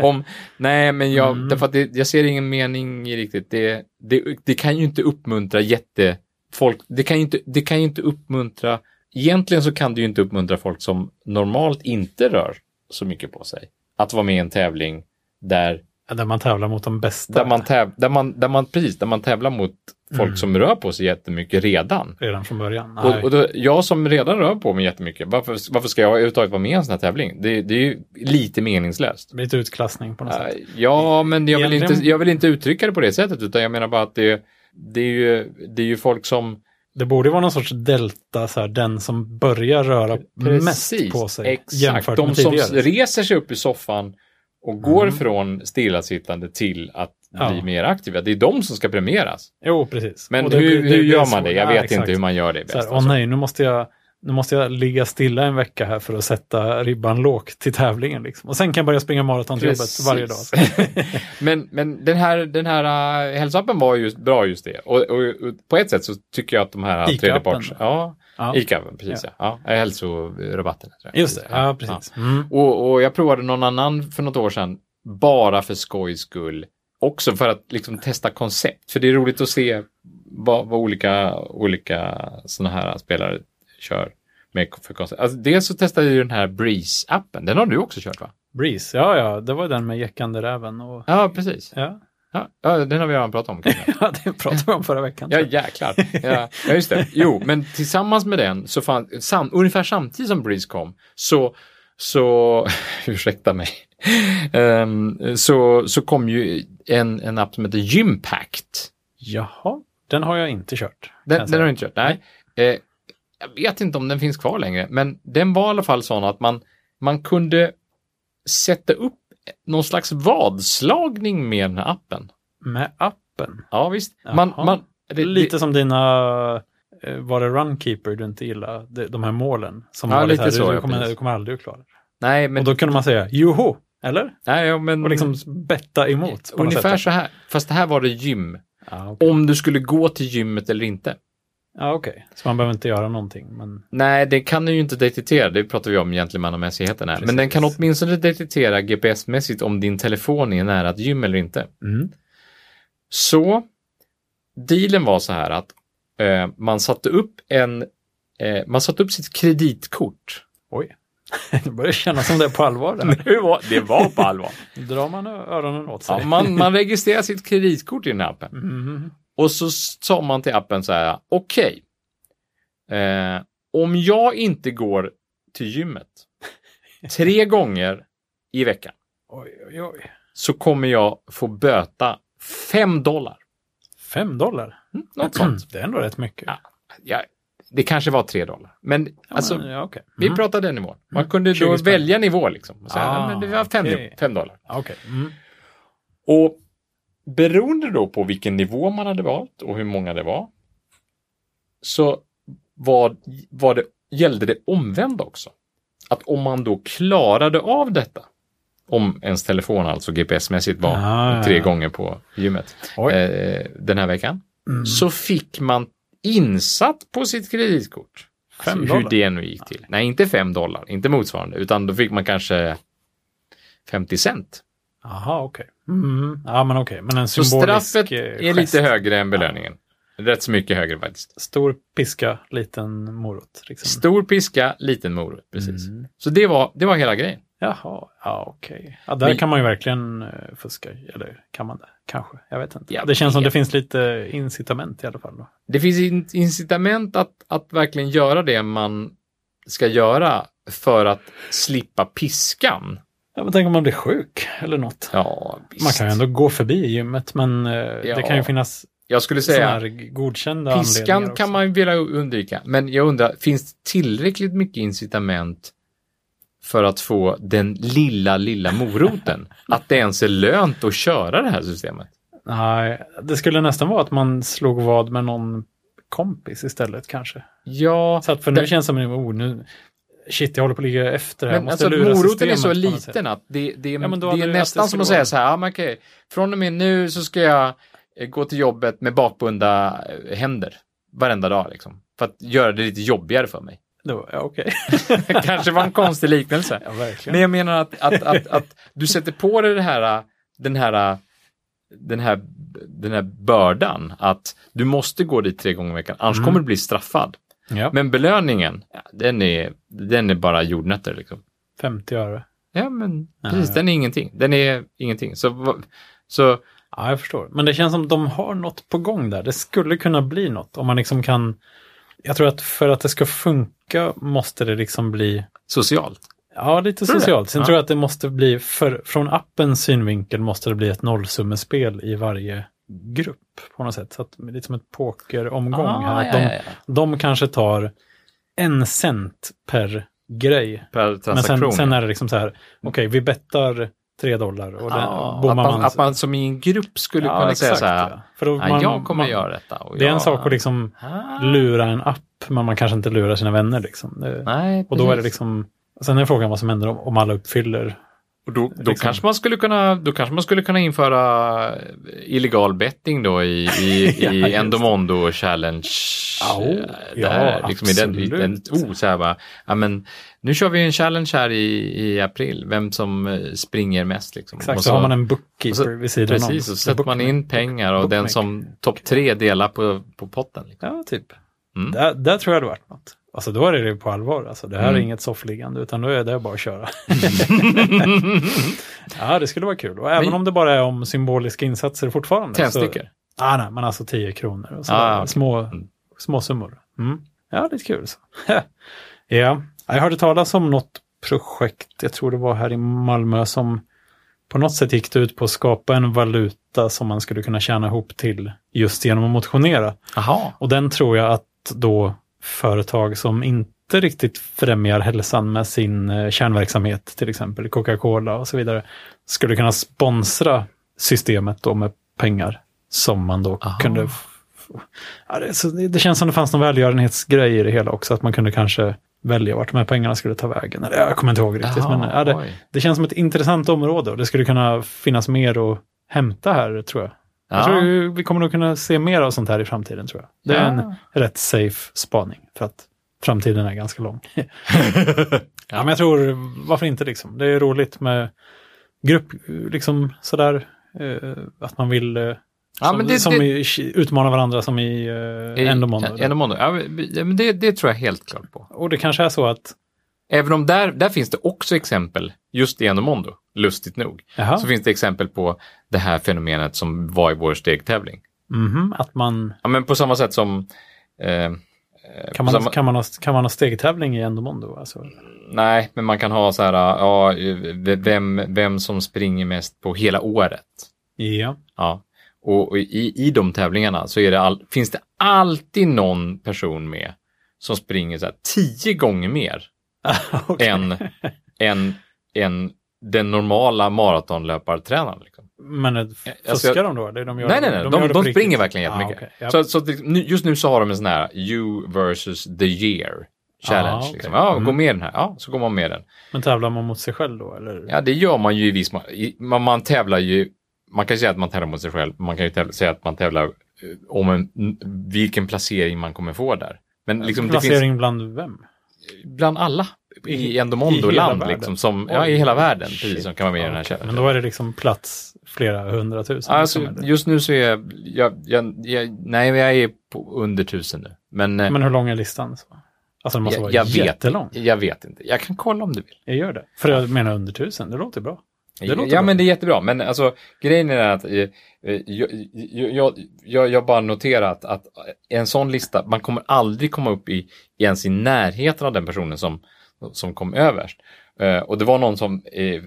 [SPEAKER 2] om, nej, men jag,
[SPEAKER 1] Mm.
[SPEAKER 2] därför att det, jag ser ingen mening i riktigt. Det, det, det kan ju inte uppmuntra jätte... Folk, det, kan ju inte, det kan ju inte uppmuntra... Egentligen så kan det ju inte uppmuntra folk som normalt inte rör så mycket på sig. Att vara med i en tävling där,
[SPEAKER 1] Där man tävlar mot de bästa.
[SPEAKER 2] där, man, täv, där, man, där, man, precis, där man tävlar mot folk
[SPEAKER 1] Mm.
[SPEAKER 2] som rör på sig jättemycket redan.
[SPEAKER 1] Redan från början. Nej.
[SPEAKER 2] Och, och då, jag som redan rör på mig jättemycket, varför, varför ska jag överhuvudtaget vara med i en sån här tävling? Det, det är ju lite meningslöst.
[SPEAKER 1] Det blir lite utklassning på något sätt.
[SPEAKER 2] Nej, Eh, Ja, men jag vill, inte,
[SPEAKER 1] Egentligen-
[SPEAKER 2] jag vill inte uttrycka det på det sättet, utan jag menar bara att det, det, är, ju, det är ju folk som...
[SPEAKER 1] Det borde vara någon sorts delta, så här, den som börjar röra mest på sig
[SPEAKER 2] exakt,
[SPEAKER 1] jämfört
[SPEAKER 2] de
[SPEAKER 1] med
[SPEAKER 2] som
[SPEAKER 1] tidigare.
[SPEAKER 2] reser sig upp i soffan och går
[SPEAKER 1] Mm.
[SPEAKER 2] från stillasittande till att
[SPEAKER 1] Ja.
[SPEAKER 2] bli mer aktiva. Det är de som ska premieras.
[SPEAKER 1] Jo, precis.
[SPEAKER 2] Men
[SPEAKER 1] Och det
[SPEAKER 2] hur,
[SPEAKER 1] blir- det
[SPEAKER 2] hur
[SPEAKER 1] blir
[SPEAKER 2] gör
[SPEAKER 1] svårt.
[SPEAKER 2] man det? Jag
[SPEAKER 1] Ja,
[SPEAKER 2] vet
[SPEAKER 1] exakt.
[SPEAKER 2] inte hur man gör det bäst.
[SPEAKER 1] Så här, åh
[SPEAKER 2] alltså.
[SPEAKER 1] nej, nu måste, jag, nu måste jag ligga stilla en vecka här för att sätta ribban lågt till tävlingen. Liksom. Och sen kan jag börja springa maraton till jobbet
[SPEAKER 2] Precis.
[SPEAKER 1] varje dag. Så.
[SPEAKER 2] *laughs* Men, men den här, den här uh, hälsoappen var ju bra just det. Och, och, och på ett sätt så tycker jag att de här
[SPEAKER 1] Ica-appen.
[SPEAKER 2] tredjeparts... Ja,
[SPEAKER 1] Ja.
[SPEAKER 2] ICA-appen, precis. Ja. Ja. hälsorabatten. tror jag.
[SPEAKER 1] Just det, ja precis. Mm.
[SPEAKER 2] Och, och jag provade någon annan för något år sedan, bara för skojs skull. Också för att liksom testa koncept, för det är roligt att se vad, vad olika, olika sådana här spelare kör med för koncept. Alltså, dels så testade jag ju den här Breeze-appen, den har du också kört va?
[SPEAKER 1] Breeze, ja ja, det var den med jäckande räven. Och,
[SPEAKER 2] Ja, precis.
[SPEAKER 1] ja. *laughs*
[SPEAKER 2] Ja, ja, den har vi redan pratat om kanske.
[SPEAKER 1] ja, det pratade vi om förra veckan.
[SPEAKER 2] Ja, jäklar. Ja, ja, just det. Jo, men tillsammans med den, så fann, sam, ungefär samtidigt som Breeze kom, så, så *laughs* ursäkta mig, Ehm, så, så kom ju en, en app som heter Gympact.
[SPEAKER 1] Jaha, den har jag inte kört. kan
[SPEAKER 2] Den,
[SPEAKER 1] jag
[SPEAKER 2] den
[SPEAKER 1] säga.
[SPEAKER 2] har du inte kört? Nej. Eh, jag vet inte om den finns kvar längre, men den var i alla fall sån att man, man kunde sätta upp någon slags vadslagning med den här appen.
[SPEAKER 1] Med appen.
[SPEAKER 2] Ja, visst. Man,
[SPEAKER 1] Jaha.
[SPEAKER 2] man, det- det-
[SPEAKER 1] lite som dina, eh, var det Runkeeper du inte gillade? De, de här målen som
[SPEAKER 2] Ja,
[SPEAKER 1] var
[SPEAKER 2] lite
[SPEAKER 1] lite här,
[SPEAKER 2] så,
[SPEAKER 1] du,
[SPEAKER 2] ja,
[SPEAKER 1] du, kommer,
[SPEAKER 2] precis.
[SPEAKER 1] du kommer aldrig att klara det.
[SPEAKER 2] nej, men,
[SPEAKER 1] Och då kunde man säga joho, eller?
[SPEAKER 2] nej, ja, men,
[SPEAKER 1] Och liksom betta emot. på något
[SPEAKER 2] Mm. Ungefär
[SPEAKER 1] sätt.
[SPEAKER 2] så här, fast det här var det gym.
[SPEAKER 1] Ja, okej.
[SPEAKER 2] Om du skulle gå till gymmet eller inte.
[SPEAKER 1] Ja, okej. Så man behöver inte göra någonting. Men...
[SPEAKER 2] Nej, den kan ju inte detektera, det pratar vi om gentlemannamässigheten här. Men
[SPEAKER 1] Precis.
[SPEAKER 2] den kan åtminstone detektera GPS-mässigt om din telefon är nära ett gym eller inte.
[SPEAKER 1] Mm.
[SPEAKER 2] Så dealen var så här att eh, man satte upp en, eh, man satte upp sitt kreditkort.
[SPEAKER 1] Oj. *laughs* Det börjar kännas som det är på allvar.
[SPEAKER 2] *laughs*
[SPEAKER 1] Där.
[SPEAKER 2] Det var, det var på allvar.
[SPEAKER 1] drar man öronen åt sig.
[SPEAKER 2] *laughs* Ja, man, man registrerar sitt kreditkort i den här appen.
[SPEAKER 1] Mhm.
[SPEAKER 2] Och så sa man till appen så här, okej, eh, om jag inte går till
[SPEAKER 1] *laughs*
[SPEAKER 2] gymmet tre gånger i veckan
[SPEAKER 1] Oj, oj, oj.
[SPEAKER 2] så kommer jag få böta 5 dollar.
[SPEAKER 1] Fem dollar?
[SPEAKER 2] Mm,
[SPEAKER 1] *clears throat*
[SPEAKER 2] något sånt.
[SPEAKER 1] Det är ändå rätt mycket.
[SPEAKER 2] Ja, Ja, det kanske var 3 dollar, men
[SPEAKER 1] Ja,
[SPEAKER 2] alltså,
[SPEAKER 1] men, ja, okej.
[SPEAKER 2] vi
[SPEAKER 1] Mm.
[SPEAKER 2] pratade den nivån. Man
[SPEAKER 1] Mm,
[SPEAKER 2] kunde då
[SPEAKER 1] 20 spänn.
[SPEAKER 2] välja nivå liksom. Så här,
[SPEAKER 1] Ah,
[SPEAKER 2] men det var 5
[SPEAKER 1] okej.
[SPEAKER 2] dollar.
[SPEAKER 1] Ja, okej. Mm.
[SPEAKER 2] Och beroende då på vilken nivå man hade valt och hur många det var, så var, var det gällde det omvända också. Att om man då klarade av detta, om ens telefon alltså GPS-mässigt var
[SPEAKER 1] Ah, ja,
[SPEAKER 2] tre
[SPEAKER 1] ja.
[SPEAKER 2] gånger på gymmet
[SPEAKER 1] Oj.
[SPEAKER 2] eh, den här veckan,
[SPEAKER 1] Mm.
[SPEAKER 2] så fick man insatt på sitt kreditkort.
[SPEAKER 1] Fem
[SPEAKER 2] Alltså, hur
[SPEAKER 1] dollar?
[SPEAKER 2] det nu gick till. Nej, inte fem dollar, inte motsvarande, utan då fick man kanske 50 cent.
[SPEAKER 1] Aha, okej. Mm. Ja, men okej. Men en
[SPEAKER 2] Så
[SPEAKER 1] symbolisk
[SPEAKER 2] straffet
[SPEAKER 1] eh,
[SPEAKER 2] är
[SPEAKER 1] gest.
[SPEAKER 2] lite högre än belöningen. Rätt så mycket högre faktiskt.
[SPEAKER 1] Stor piska, liten morot. Liksom.
[SPEAKER 2] Stor piska, liten morot. Precis.
[SPEAKER 1] Mm.
[SPEAKER 2] Så det var, det var hela grejen.
[SPEAKER 1] Jaha, ja okej. Ja, där
[SPEAKER 2] Men-
[SPEAKER 1] kan man ju verkligen eh, fuska. Eller kan man det? Kanske, jag vet inte.
[SPEAKER 2] Jag
[SPEAKER 1] det känns som det
[SPEAKER 2] vet.
[SPEAKER 1] finns lite incitament i alla fall. Då.
[SPEAKER 2] Det finns in- incitament att, att verkligen göra det man ska göra för att slippa piskan.
[SPEAKER 1] Ja, men tänk om man blir sjuk eller något.
[SPEAKER 2] Ja,
[SPEAKER 1] Man
[SPEAKER 2] visst.
[SPEAKER 1] kan ju ändå gå förbi gymmet, men eh, det kan ju finnas
[SPEAKER 2] Jag skulle
[SPEAKER 1] sådana
[SPEAKER 2] säga,
[SPEAKER 1] här godkända anledningar
[SPEAKER 2] piskan
[SPEAKER 1] också.
[SPEAKER 2] kan man ju vilja undvika. Men jag undrar, finns det tillräckligt mycket incitament för att få den lilla, lilla moroten? att det ens är lönt att köra det här systemet?
[SPEAKER 1] Nej, det skulle nästan vara att man slog vad med någon kompis istället kanske.
[SPEAKER 2] Ja,
[SPEAKER 1] Så att för nu
[SPEAKER 2] Det-
[SPEAKER 1] känns det som en oh, nu, shit, jag håller på att ligga efter här. Jag
[SPEAKER 2] men
[SPEAKER 1] måste
[SPEAKER 2] alltså
[SPEAKER 1] lura
[SPEAKER 2] moroten är
[SPEAKER 1] systemet på
[SPEAKER 2] så
[SPEAKER 1] något sätt.
[SPEAKER 2] liten att det, det, är-
[SPEAKER 1] Ja, men då
[SPEAKER 2] det
[SPEAKER 1] hade
[SPEAKER 2] är
[SPEAKER 1] du- att det
[SPEAKER 2] nästan som
[SPEAKER 1] skulle
[SPEAKER 2] att säga
[SPEAKER 1] vara-
[SPEAKER 2] så här, ja, men okej, från och med nu så ska jag eh, gå till jobbet med bakbundna eh, händer varenda dag liksom. För att göra det lite jobbigare
[SPEAKER 1] *laughs*
[SPEAKER 2] för mig.
[SPEAKER 1] Då, ja, okej.
[SPEAKER 2] *laughs* Kanske var en konstig liknelse.
[SPEAKER 1] ja, verkligen.
[SPEAKER 2] Men jag menar att, att, att, att du sätter på dig det här, äh, den här, äh, den här, den här bördan att du måste gå dit tre gånger i veckan, annars
[SPEAKER 1] Mm.
[SPEAKER 2] kommer du bli straffad.
[SPEAKER 1] ja,
[SPEAKER 2] Men belöningen, ja, den är, den är bara jordnötter. Liksom.
[SPEAKER 1] 50 öre.
[SPEAKER 2] Ja, men
[SPEAKER 1] Ja,
[SPEAKER 2] precis,
[SPEAKER 1] ja.
[SPEAKER 2] den är ingenting. Den är ingenting. Så, va- så
[SPEAKER 1] Ja, jag förstår. Men det känns som de har något på gång där. Det skulle kunna bli något om man liksom kan... Jag tror att för att det ska funka måste det liksom bli...
[SPEAKER 2] socialt.
[SPEAKER 1] Ja, lite
[SPEAKER 2] Tror du det?
[SPEAKER 1] socialt. Sen
[SPEAKER 2] Ja.
[SPEAKER 1] tror jag att det måste bli, för, från appens synvinkel måste det bli ett nollsummespel i varje grupp på något sätt. Så att, lite som ett pokeromgång
[SPEAKER 2] Ah,
[SPEAKER 1] här. Att de, de kanske tar en cent per grej.
[SPEAKER 2] Per
[SPEAKER 1] Men
[SPEAKER 2] transaktion.
[SPEAKER 1] sen, sen är det liksom så här, okej, vi bettar tre dollar och det
[SPEAKER 2] ja,
[SPEAKER 1] bommar
[SPEAKER 2] att, man,
[SPEAKER 1] man.
[SPEAKER 2] att man som i en grupp skulle
[SPEAKER 1] Ja,
[SPEAKER 2] kunna säga
[SPEAKER 1] exakt,
[SPEAKER 2] så här,
[SPEAKER 1] ja. För då
[SPEAKER 2] "Nej,
[SPEAKER 1] man-
[SPEAKER 2] jag kommer
[SPEAKER 1] man-
[SPEAKER 2] göra detta. Och
[SPEAKER 1] Det är
[SPEAKER 2] jag,
[SPEAKER 1] en sak att liksom
[SPEAKER 2] Ah.
[SPEAKER 1] lura en app, men man kanske inte lurar sina vänner. Liksom. Det,
[SPEAKER 2] Nej,
[SPEAKER 1] och då är det
[SPEAKER 2] precis.
[SPEAKER 1] liksom, sen är frågan vad som händer om, om alla uppfyller.
[SPEAKER 2] Och då, då,
[SPEAKER 1] liksom-
[SPEAKER 2] kanske man skulle kunna, då kanske man skulle kunna införa eh, illegal betting då i, i,
[SPEAKER 1] *laughs* Ja, just
[SPEAKER 2] i
[SPEAKER 1] det.
[SPEAKER 2] Endomondo Challenge.
[SPEAKER 1] Ja,
[SPEAKER 2] eh,
[SPEAKER 1] ja,
[SPEAKER 2] där, liksom i den, i den,
[SPEAKER 1] absolut.
[SPEAKER 2] oh, så här bara, ja, men, nu kör vi en challenge här i, i april, vem som eh, springer mest. Liksom.
[SPEAKER 1] Exakt,
[SPEAKER 2] Och
[SPEAKER 1] så, har man en bookkeeper
[SPEAKER 2] och så-
[SPEAKER 1] vid sidan om.
[SPEAKER 2] Precis, och så sätter man in pengar och den
[SPEAKER 1] bookmaker.
[SPEAKER 2] som topp tre delar på, på potten. Liksom.
[SPEAKER 1] Ja, typ.
[SPEAKER 2] Mm.
[SPEAKER 1] Där, där tror jag det varit något. Alltså då är det ju på allvar. Alltså, det här
[SPEAKER 2] Mm.
[SPEAKER 1] är inget soffliggande, utan då är det bara att
[SPEAKER 2] *laughs*
[SPEAKER 1] köra. *laughs* ja, det skulle vara kul. Och även
[SPEAKER 2] Men-
[SPEAKER 1] om det bara är om symboliska insatser fortfarande. Så,
[SPEAKER 2] Tändstickor.
[SPEAKER 1] ah, nej, men alltså 10 kronor och så,
[SPEAKER 2] Ah, ja, okej.
[SPEAKER 1] små,
[SPEAKER 2] Mm.
[SPEAKER 1] små summor. Mm. Ja, det är kul. Så. *laughs* ja. Jag hörde talas om något projekt, jag tror det var här i Malmö, som på något sätt gick det ut på att skapa en valuta som man skulle kunna tjäna ihop till just genom att motionera.
[SPEAKER 2] Jaha.
[SPEAKER 1] Och den tror jag att då företag som inte riktigt främjar hälsan med sin eh, kärnverksamhet, till exempel Coca-Cola och så vidare, skulle kunna sponsra systemet då med pengar som man då
[SPEAKER 2] Aha.
[SPEAKER 1] kunde... f- f- Ja, det, så det, det känns som det fanns någon välgörenhetsgrej i det hela också, att man kunde kanske välja vart de här pengarna skulle ta vägen. Eller, jag kommer inte ihåg riktigt, men ja, det,
[SPEAKER 2] oj.
[SPEAKER 1] det känns som ett intressant område och det skulle kunna finnas mer att hämta här, tror jag. Jag
[SPEAKER 2] Ja.
[SPEAKER 1] tror vi kommer nog kunna se mer av sånt här i framtiden tror jag. Det är en
[SPEAKER 2] Ja.
[SPEAKER 1] rätt safe spaning för att framtiden är ganska
[SPEAKER 2] *laughs*
[SPEAKER 1] lång. ja. men jag tror, varför inte liksom? Det är roligt med grupp, liksom sådär, eh, att man vill eh,
[SPEAKER 2] Ja,
[SPEAKER 1] som,
[SPEAKER 2] men det-
[SPEAKER 1] som
[SPEAKER 2] det-
[SPEAKER 1] i, utmana varandra som i eh, Endomondo.
[SPEAKER 2] Ja, Endomondo. Ja, men det, det tror jag helt klart på.
[SPEAKER 1] Och det kanske är så att,
[SPEAKER 2] Även om där, där finns det också exempel, just i Endomondo, lustigt nog,
[SPEAKER 1] jaha,
[SPEAKER 2] så finns det exempel på det här fenomenet som var i vår stegtävling.
[SPEAKER 1] mhm, att man,
[SPEAKER 2] Ja, men på samma sätt som... Eh,
[SPEAKER 1] kan, man
[SPEAKER 2] samma-
[SPEAKER 1] kan, man ha, kan man ha stegtävling i Endomondo? Alltså,
[SPEAKER 2] nej, men man kan ha så här, ja, v- vem, vem som springer mest på hela året.
[SPEAKER 1] ja,
[SPEAKER 2] Ja. Och, och i, i de tävlingarna så är det all, finns det alltid någon person med som springer så här tio gånger mer
[SPEAKER 1] Okej.
[SPEAKER 2] än, än, än den normala maratonlöpartränaren. Liksom.
[SPEAKER 1] Men eh, fuskar
[SPEAKER 2] alltså jag-
[SPEAKER 1] de då? Det är de gör
[SPEAKER 2] Nej,
[SPEAKER 1] det-
[SPEAKER 2] nej, nej,
[SPEAKER 1] gör
[SPEAKER 2] de, de,
[SPEAKER 1] det på riktigt.
[SPEAKER 2] springer verkligen jättemycket.
[SPEAKER 1] Ah, okej. Ja.
[SPEAKER 2] Så, så att det- nu- just nu så har de en sån här You versus the year challenge.
[SPEAKER 1] Ah, okej.
[SPEAKER 2] liksom. ja,
[SPEAKER 1] Mm.
[SPEAKER 2] Gå med i den här, ja, så går man med i den.
[SPEAKER 1] Men tävlar man mot sig själv då? Eller?
[SPEAKER 2] Ja, det gör man ju i viss mån. I- Man, man tävlar ju, man kan säga att man tävlar mot sig själv, men man kan ju tävla, säga att man tävlar eh, om en, n- vilken placering man kommer få där. Men liksom, det finns
[SPEAKER 1] Placering bland vem?
[SPEAKER 2] bland alla i
[SPEAKER 1] I- i hela
[SPEAKER 2] Endomondo-land,
[SPEAKER 1] världen.
[SPEAKER 2] liksom, som, ja, i hela världen, precis, som kan vara med i den här
[SPEAKER 1] Okej,
[SPEAKER 2] challengen.
[SPEAKER 1] Men då är det liksom plats flera hundratusen?
[SPEAKER 2] Alltså,
[SPEAKER 1] som är det.
[SPEAKER 2] just nu så är jag, jag, jag, jag nej, men jag är på under tusen nu. Men, eh,
[SPEAKER 1] Men hur lång är listan? Så? Alltså den måste
[SPEAKER 2] jag,
[SPEAKER 1] vara
[SPEAKER 2] jag, vet,
[SPEAKER 1] jättelång.
[SPEAKER 2] jag vet inte. Jag kan kolla om du vill.
[SPEAKER 1] Jag gör det. För jag menar under tusen, det låter
[SPEAKER 2] *laughs*
[SPEAKER 1] bra. Det
[SPEAKER 2] ja,
[SPEAKER 1] låter
[SPEAKER 2] ja,
[SPEAKER 1] bra.
[SPEAKER 2] men det är jättebra. Men alltså, grejen är att eh, eh, jag, jag, jag, jag bara noterar att, att en sån lista, man kommer aldrig komma upp i ens i närheten av den personen som, som kom överst. Eh, och det var någon som eh,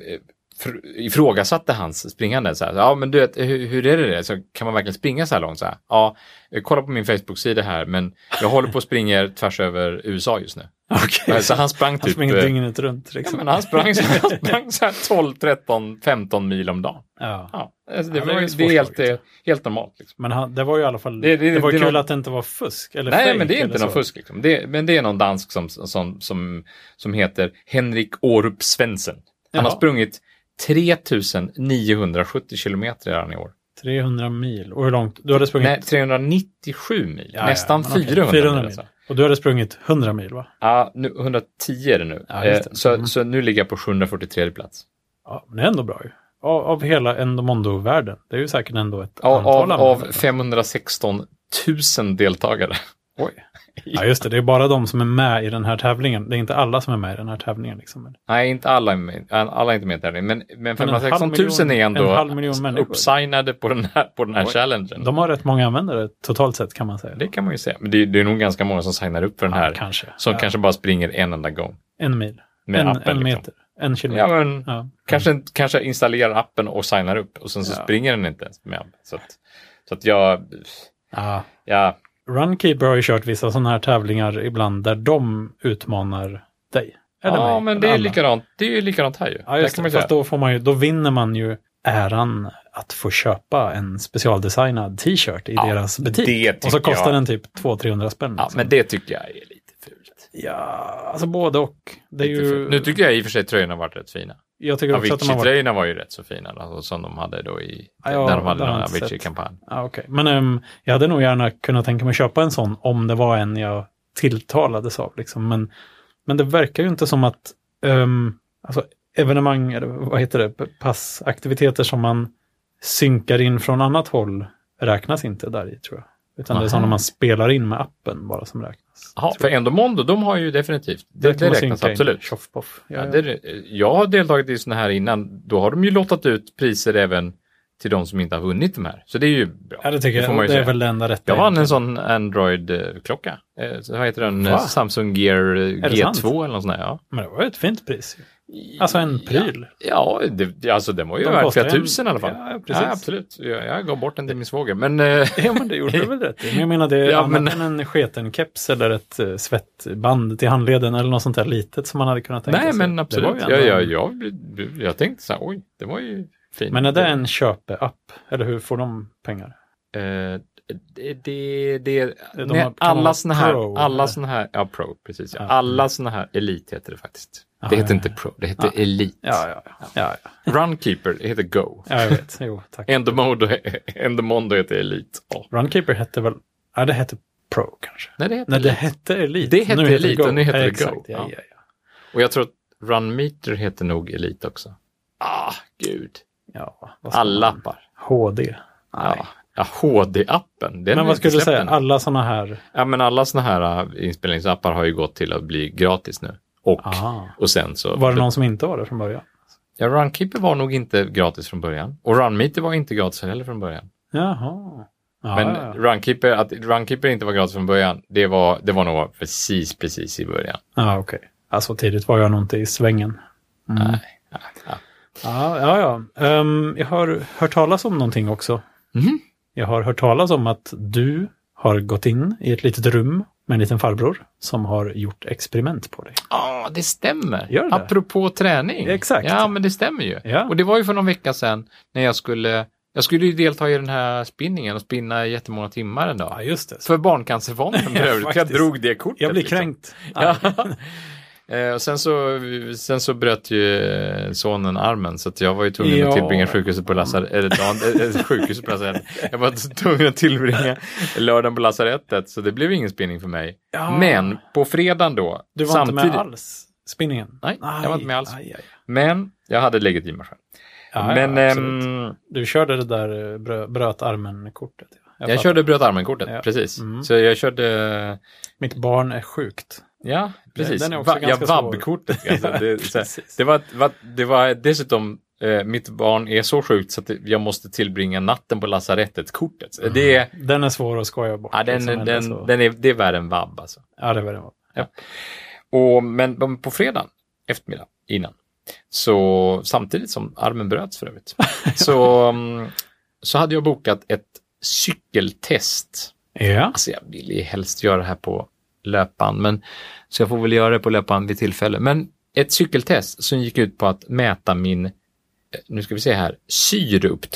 [SPEAKER 2] fr- ifrågasatte hans springande. Så här, ja, men du vet, hur, hur är det? det? Så, kan man verkligen springa så här långt? Så här, ja, eh, kolla på min Facebook-sida här, men jag håller på och springer tvärs över
[SPEAKER 1] *laughs*
[SPEAKER 2] USA just nu.
[SPEAKER 1] Okej.
[SPEAKER 2] Så han sprang
[SPEAKER 1] Han
[SPEAKER 2] typ...
[SPEAKER 1] springer
[SPEAKER 2] eh,
[SPEAKER 1] dygnet runt.
[SPEAKER 2] Ja,
[SPEAKER 1] Liksom.
[SPEAKER 2] men han sprang, så- han sprang så här 12, 13, 15 mil om dagen.
[SPEAKER 1] Ja.
[SPEAKER 2] Ja, alltså det,
[SPEAKER 1] Ja, det
[SPEAKER 2] var,
[SPEAKER 1] är
[SPEAKER 2] ju-
[SPEAKER 1] ju
[SPEAKER 2] det är helt,
[SPEAKER 1] svårslaget.
[SPEAKER 2] eh, helt normalt. Liksom.
[SPEAKER 1] Men han, det var ju i alla fall,
[SPEAKER 2] Det-
[SPEAKER 1] det,
[SPEAKER 2] det-
[SPEAKER 1] var
[SPEAKER 2] det
[SPEAKER 1] ju
[SPEAKER 2] är
[SPEAKER 1] kul
[SPEAKER 2] någon-
[SPEAKER 1] att det inte var fusk. Eller
[SPEAKER 2] Nej,
[SPEAKER 1] fake
[SPEAKER 2] men det är
[SPEAKER 1] eller
[SPEAKER 2] inte någon
[SPEAKER 1] så.
[SPEAKER 2] fusk. Liksom. Det, men det är någon dansk som, som, som, som heter Henrik Orup Svensson. Han har
[SPEAKER 1] Jaha.
[SPEAKER 2] sprungit 3970 kilometer redan i år.
[SPEAKER 1] 300 mil. Och hur långt? Du hade sprungit?
[SPEAKER 2] Nej, 397 mil.
[SPEAKER 1] Ja, ja,
[SPEAKER 2] Nästan
[SPEAKER 1] men okej.
[SPEAKER 2] 400,
[SPEAKER 1] 400
[SPEAKER 2] mil.
[SPEAKER 1] mil.
[SPEAKER 2] Alltså.
[SPEAKER 1] Och du hade sprungit 100 mil va?
[SPEAKER 2] Ja, nu, 110 är det nu.
[SPEAKER 1] Ja, just
[SPEAKER 2] Eh,
[SPEAKER 1] det.
[SPEAKER 2] Så,
[SPEAKER 1] Mm.
[SPEAKER 2] så nu ligger jag på 743 plats.
[SPEAKER 1] Ja, men det är ändå bra ju. Av, av hela Endomondo-världen. Det är ju säkert ändå ett
[SPEAKER 2] Av, av,
[SPEAKER 1] antal
[SPEAKER 2] av
[SPEAKER 1] användare.
[SPEAKER 2] 516 000 deltagare. Oj.
[SPEAKER 1] Ja, just det. Det är bara de som är med i den här tävlingen. Det är inte alla som är med i den här tävlingen. Liksom.
[SPEAKER 2] Nej, inte alla är med, alla är inte med i tävlingen, men, men
[SPEAKER 1] en halv
[SPEAKER 2] 516 000 är
[SPEAKER 1] miljon-
[SPEAKER 2] ändå
[SPEAKER 1] en halv miljon människor.
[SPEAKER 2] uppsignade på den här, på den här
[SPEAKER 3] Oj.
[SPEAKER 2] challengen.
[SPEAKER 1] De har rätt många användare totalt sett kan man säga.
[SPEAKER 2] Det kan man ju säga. Men det, är- det är nog ganska många som signar upp för den här,
[SPEAKER 1] Ja, kanske.
[SPEAKER 2] som
[SPEAKER 1] ja.
[SPEAKER 2] kanske bara springer en enda gång
[SPEAKER 1] En mil.
[SPEAKER 2] med
[SPEAKER 1] en,
[SPEAKER 2] appen.
[SPEAKER 1] en meter.
[SPEAKER 2] Liksom.
[SPEAKER 1] En kilometer.
[SPEAKER 2] Ja, men
[SPEAKER 1] Ja.
[SPEAKER 2] kanske, kanske installerar appen och signar upp och sen så
[SPEAKER 1] Ja.
[SPEAKER 2] springer den inte ens med. appen. Så att, så att jag,
[SPEAKER 1] Ja.
[SPEAKER 2] jag,
[SPEAKER 1] Runkeeper har ju kört vissa sådana här tävlingar ibland där de utmanar dig. Eller
[SPEAKER 2] ja
[SPEAKER 1] mig,
[SPEAKER 2] men
[SPEAKER 1] eller
[SPEAKER 2] det är ju
[SPEAKER 1] alla.
[SPEAKER 2] likadant, det är ju likadant här ju.
[SPEAKER 1] Ja,
[SPEAKER 2] Där
[SPEAKER 1] just det.
[SPEAKER 2] kan man ju säga.
[SPEAKER 1] Fast då, får man ju, då vinner man ju äran att få köpa en specialdesignad t-shirt i
[SPEAKER 2] Ja,
[SPEAKER 1] deras butik.
[SPEAKER 2] det
[SPEAKER 1] och så
[SPEAKER 2] tycker
[SPEAKER 1] kostar
[SPEAKER 2] jag.
[SPEAKER 1] den typ 200-300 spänn.
[SPEAKER 2] ja,
[SPEAKER 1] liksom.
[SPEAKER 2] men det tycker jag är lite fult.
[SPEAKER 1] ja, alltså både och. Det är
[SPEAKER 2] Lite
[SPEAKER 1] ju,
[SPEAKER 2] fult. Nu tycker jag i och för sig tröjorna har varit rätt fina.
[SPEAKER 1] jag tycker också att de har varit...
[SPEAKER 2] Avicii-tröjorna var ju rätt så fina, alltså, som de hade då i,
[SPEAKER 1] Ja, ja,
[SPEAKER 2] när de hade
[SPEAKER 1] det har
[SPEAKER 2] någon
[SPEAKER 1] jag inte
[SPEAKER 2] Avicii-kampanj.
[SPEAKER 1] Ja, okej. Men ehm, jag hade nog gärna kunnat tänka mig att köpa en sån om det var en jag tilltalades av. Liksom. Men, men det verkar ju inte som att ehm, alltså, evenemang, eller vad heter det, passaktiviteter som man synkar in från annat håll räknas inte där i tror jag. Utan det är
[SPEAKER 2] Aha.
[SPEAKER 1] sådana man spelar in med appen bara som räknas.
[SPEAKER 2] Jaha, för Endomondo, de har ju definitivt, det,
[SPEAKER 1] kan
[SPEAKER 2] det
[SPEAKER 1] man
[SPEAKER 2] räknas
[SPEAKER 1] synka in.
[SPEAKER 2] absolut.
[SPEAKER 1] Tjoff, poff. Ja,
[SPEAKER 2] Ja,
[SPEAKER 1] ja.
[SPEAKER 2] det, är- jag har deltagit i sådana här innan, då har de ju lottat ut priser även till de som inte har vunnit de här. Så det är ju bra.
[SPEAKER 1] Ja, det tycker
[SPEAKER 2] det får
[SPEAKER 1] jag.
[SPEAKER 2] man
[SPEAKER 1] Det,
[SPEAKER 2] ju
[SPEAKER 1] är
[SPEAKER 2] säga.
[SPEAKER 1] väl det enda rätta.
[SPEAKER 2] Jag vann en
[SPEAKER 1] egentligen.
[SPEAKER 2] sån Android-klocka. Eh, så Vad heter den?
[SPEAKER 1] Va?
[SPEAKER 2] Samsung Gear eh,
[SPEAKER 1] det sant?
[SPEAKER 2] G2 eller något sånt där. Ja.
[SPEAKER 1] Men det var ju ett fint pris. ju. Alltså en pryl.
[SPEAKER 2] Ja, det- det, alltså den var ju
[SPEAKER 1] De
[SPEAKER 2] värd
[SPEAKER 1] kostar
[SPEAKER 2] flera
[SPEAKER 1] en-
[SPEAKER 2] tusen i alla fall.
[SPEAKER 1] Ja, precis.
[SPEAKER 2] absolut. Jag, jag gav bort den till min svåger. Men eh,
[SPEAKER 1] Ja, men det gjorde du väl rätt i. Men jag menar, det är
[SPEAKER 2] Ja,
[SPEAKER 1] annat
[SPEAKER 2] men-
[SPEAKER 1] än en sketen keps eller ett eh, svettband till handleden eller något sånt där litet som man hade kunnat tänka
[SPEAKER 2] Nej,
[SPEAKER 1] sig.
[SPEAKER 2] men
[SPEAKER 1] Det
[SPEAKER 2] absolut.
[SPEAKER 1] var ju
[SPEAKER 2] Jag,
[SPEAKER 1] ändå
[SPEAKER 2] jag,
[SPEAKER 1] en-
[SPEAKER 2] jag, blev- jag tänkte så här, oj, det var ju fint.
[SPEAKER 1] Men är det en köpeapp? Eller hur får de pengar?
[SPEAKER 2] Eh, det, det, det,
[SPEAKER 1] De har-
[SPEAKER 2] nej,
[SPEAKER 1] kan man
[SPEAKER 2] alla
[SPEAKER 1] ha
[SPEAKER 2] såna här,
[SPEAKER 1] Pro, eller?
[SPEAKER 2] alla såna här, ja pro, precis. Ja.
[SPEAKER 1] Ja.
[SPEAKER 2] Alla såna här Elite heter det faktiskt.
[SPEAKER 1] Ja,
[SPEAKER 2] det heter
[SPEAKER 1] ja,
[SPEAKER 2] inte
[SPEAKER 1] ja.
[SPEAKER 2] pro, det heter
[SPEAKER 1] Ja.
[SPEAKER 2] Elite.
[SPEAKER 1] Ja, ja, ja. ja, ja.
[SPEAKER 2] Runkeeper det heter Go.
[SPEAKER 1] ja jag vet. Jo, tack.
[SPEAKER 2] Endomondo, Endomondo heter Elite. Ja.
[SPEAKER 1] Runkeeper hette väl... Ja, det hette Pro kanske.
[SPEAKER 2] Nej, det heter
[SPEAKER 1] Nej, det
[SPEAKER 2] Elite.
[SPEAKER 1] hette Elite.
[SPEAKER 2] Det hette Elite och nu heter
[SPEAKER 1] Ja,
[SPEAKER 2] det
[SPEAKER 1] exakt.
[SPEAKER 2] Go.
[SPEAKER 1] Ja, ja,
[SPEAKER 2] Ja.
[SPEAKER 1] ja.
[SPEAKER 2] Och jag tror att Runmeter heter nog Elite också. Ah, gud.
[SPEAKER 1] ja vad ska
[SPEAKER 2] Alla
[SPEAKER 1] man-
[SPEAKER 2] appar.
[SPEAKER 1] HD. Nej.
[SPEAKER 2] Ja. Ja, HD-appen. den
[SPEAKER 1] Men
[SPEAKER 2] är
[SPEAKER 1] vad
[SPEAKER 2] inte
[SPEAKER 1] skulle du
[SPEAKER 2] släppt
[SPEAKER 1] säga?
[SPEAKER 2] än.
[SPEAKER 1] Alla sådana här...
[SPEAKER 2] Ja, men alla såna här äh, inspelningsappar har ju gått till att bli gratis nu. Och,
[SPEAKER 1] Aha.
[SPEAKER 2] och sen så...
[SPEAKER 1] Ah. Var det någon som inte var det från början?
[SPEAKER 2] Ja, Runkeeper var nog inte gratis från början. Och Runmeter var inte gratis heller från början.
[SPEAKER 1] Jaha. Ah, Ja,
[SPEAKER 2] men
[SPEAKER 1] ja, ja.
[SPEAKER 2] Runkeeper, att Runkeeper inte var gratis från början, det var, det var nog precis, precis i början.
[SPEAKER 1] Ja, ah, okej. Ja, så tidigt var jag nog inte i svängen. Mm.
[SPEAKER 2] Nej. Ja, ja.
[SPEAKER 1] Ja, ja, ja. Ehm, jag har hört talas om någonting också.
[SPEAKER 2] Mhm.
[SPEAKER 1] Jag har hört talas om att du har gått in i ett litet rum med en liten farbror som har gjort experiment på dig.
[SPEAKER 2] Ja, det stämmer.
[SPEAKER 1] Gör det?
[SPEAKER 2] Apropå träning.
[SPEAKER 1] Exakt.
[SPEAKER 2] Ja, men det stämmer ju.
[SPEAKER 1] Ja.
[SPEAKER 2] Och det var ju för någon vecka sedan när jag skulle Jag skulle ju delta i den här spinningen och spinna i jättemånga timmar en dag.
[SPEAKER 1] Ja, just det.
[SPEAKER 2] För Barncancerfonden
[SPEAKER 1] *laughs*
[SPEAKER 2] för
[SPEAKER 1] Ja,
[SPEAKER 2] övrigt. Jag
[SPEAKER 1] faktiskt.
[SPEAKER 2] drog det kortet.
[SPEAKER 1] Jag blir
[SPEAKER 2] liksom.
[SPEAKER 1] kränkt.
[SPEAKER 2] Ja. *laughs* Eh, och sen, så, sen så bröt ju eh, sonen armen så att jag var ju tvungen
[SPEAKER 1] Ja.
[SPEAKER 2] att tillbringa sjukhuset på lasarett. Eller dagen, *laughs* eh, eh, sjukhuset på lasarett. Jag var tvungen att tillbringa lördagen på lasarettet så det blev ingen spinning för mig.
[SPEAKER 1] Ja.
[SPEAKER 2] *laughs* Men på fredagen då,
[SPEAKER 1] Ah. Du var
[SPEAKER 2] samtidigt.
[SPEAKER 1] inte med alls? Spinningen?
[SPEAKER 2] Nej, jag var inte med alls.
[SPEAKER 1] Aj, aj.
[SPEAKER 2] Men jag hade legitima skäl.
[SPEAKER 1] Ja,
[SPEAKER 2] men
[SPEAKER 1] ja, absolut.
[SPEAKER 2] ehm,
[SPEAKER 1] du körde det där eh, brö- bröt armen-kortet. ja.
[SPEAKER 2] jag,
[SPEAKER 1] fattar.
[SPEAKER 2] körde bröt armen-kortet,
[SPEAKER 1] Ja.
[SPEAKER 2] precis.
[SPEAKER 1] Mm.
[SPEAKER 2] Så jag körde,
[SPEAKER 1] Mitt barn är sjukt.
[SPEAKER 2] ja, precis.
[SPEAKER 1] den är också
[SPEAKER 2] jag
[SPEAKER 1] ganska svår.
[SPEAKER 2] vabb-kortet. Alltså, det, så,
[SPEAKER 1] *laughs*
[SPEAKER 2] här,
[SPEAKER 1] precis.
[SPEAKER 2] det, var, var, det var dessutom, eh, mitt barn är så sjukt så att det- jag måste tillbringa natten på lasarettet-kortet. Det är,
[SPEAKER 1] Den Mm. är svår att skoja bort.
[SPEAKER 2] ja, den,
[SPEAKER 1] liksom, eller så.
[SPEAKER 2] den, den är, det är värre än vabb alltså.
[SPEAKER 1] ja det var den. var.
[SPEAKER 2] Och, men de- på fredagen, eftermiddag, innan, så samtidigt som armen bröts för övrigt,
[SPEAKER 1] *laughs*
[SPEAKER 2] så, mm, så hade jag bokat ett cykeltest.
[SPEAKER 1] Ja.
[SPEAKER 2] Alltså jag vill ju helst göra det här på löpan, men så jag får väl göra det på löpan vid tillfälle. Men ett cykeltest som gick ut på att mäta min, eh, nu ska vi se här,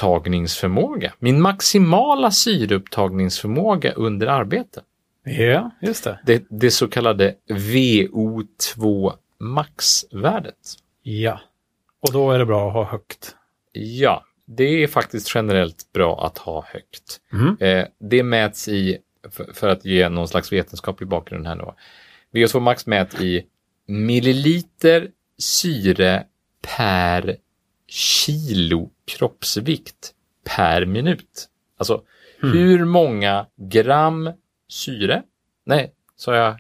[SPEAKER 2] syreupptagningsförmåga. Min maximala syreupptagningsförmåga under arbete.
[SPEAKER 1] ja, just det.
[SPEAKER 2] Det, det så kallade VO2 max-värdet.
[SPEAKER 1] Ja. Och då är det bra att ha högt.
[SPEAKER 2] Ja, det är faktiskt generellt bra att ha högt.
[SPEAKER 1] Mm.
[SPEAKER 2] Eh, det mäts i, för, för att ge någon slags vetenskaplig bakgrund här nu. VO2 max mäts i milliliter syre per kilo kroppsvikt per minut. Alltså
[SPEAKER 1] Mm.
[SPEAKER 2] hur många gram syre? Nej, sa jag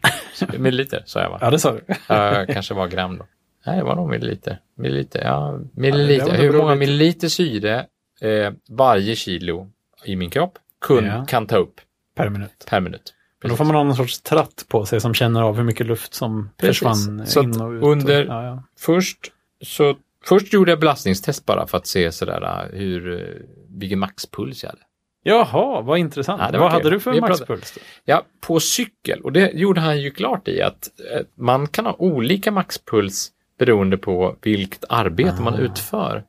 [SPEAKER 1] *laughs*
[SPEAKER 2] milliliter? Sa jag va?
[SPEAKER 1] Ja, det sa du.
[SPEAKER 2] Ja, kanske var gram då. Nej, det var nog milliliter. Milliliter, ja.
[SPEAKER 1] Ja,
[SPEAKER 2] Milliliter.
[SPEAKER 1] det var
[SPEAKER 2] Hur
[SPEAKER 1] bra
[SPEAKER 2] många
[SPEAKER 1] lite.
[SPEAKER 2] milliliter syre eh, varje kilo i min kropp kun,
[SPEAKER 1] Ja.
[SPEAKER 2] kan ta upp
[SPEAKER 1] Per minut.
[SPEAKER 2] per minut?
[SPEAKER 1] Men då får man ha någon sorts tratt på sig som känner av hur mycket luft som
[SPEAKER 2] Precis.
[SPEAKER 1] försvann
[SPEAKER 2] Så att
[SPEAKER 1] in och ut.
[SPEAKER 2] under-
[SPEAKER 1] Ja, ja.
[SPEAKER 2] Först, så, först gjorde jag belastningstest bara för att se sådär eh, hur, eh, vilken maxpuls jag hade.
[SPEAKER 1] Jaha, vad intressant.
[SPEAKER 2] Ja, det var
[SPEAKER 1] vad
[SPEAKER 2] kul.
[SPEAKER 1] hade du för
[SPEAKER 2] Vi pratade-
[SPEAKER 1] maxpuls? då?
[SPEAKER 2] Ja, på cykel. Och det gjorde han ju klart i att eh, man kan ha olika maxpuls beroende på vilket arbete man
[SPEAKER 1] Ah.
[SPEAKER 2] utför.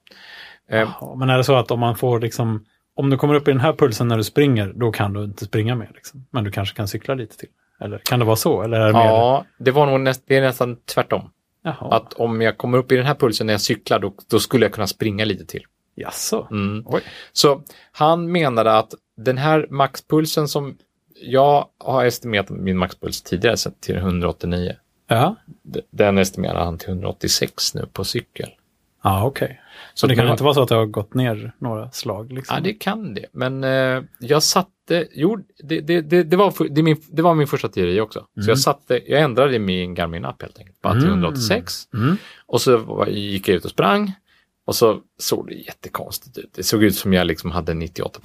[SPEAKER 1] Jaha, Men är det så att om man får liksom, om du kommer upp i den här pulsen när du springer, då kan du inte springa mer. Liksom. Men du kanske kan cykla lite till. Eller kan det vara så? Eller är det mer...
[SPEAKER 2] Ja, det var nog näst, det är nästan tvärtom.
[SPEAKER 1] Jaha.
[SPEAKER 2] Att om jag kommer upp i den här pulsen när jag cyklar, då, då skulle jag kunna springa lite till.
[SPEAKER 1] Jaså?
[SPEAKER 2] Mm.
[SPEAKER 1] Oj.
[SPEAKER 2] Så han menade att den här maxpulsen som jag har estimerat min maxpuls tidigare så till 189.
[SPEAKER 1] Ja,
[SPEAKER 2] D- Den estimerar han till 186 nu på cykel.
[SPEAKER 1] ja okej.
[SPEAKER 2] Så
[SPEAKER 1] Så det kan
[SPEAKER 2] men-
[SPEAKER 1] inte vara så att det har gått ner några slag? Liksom.
[SPEAKER 2] Ja, det kan det. Men eh, jag satte, jo, det, det, det, det, var, för- det, är min, det var min första teori också. Så jag satte, jag ändrade min Garmin-app helt enkelt, bara till
[SPEAKER 1] Mm.
[SPEAKER 2] 186.
[SPEAKER 1] Mm.
[SPEAKER 2] Och så var- gick jag ut och sprang. Och så såg det jättekonstigt ut. Det såg ut som jag liksom hade 98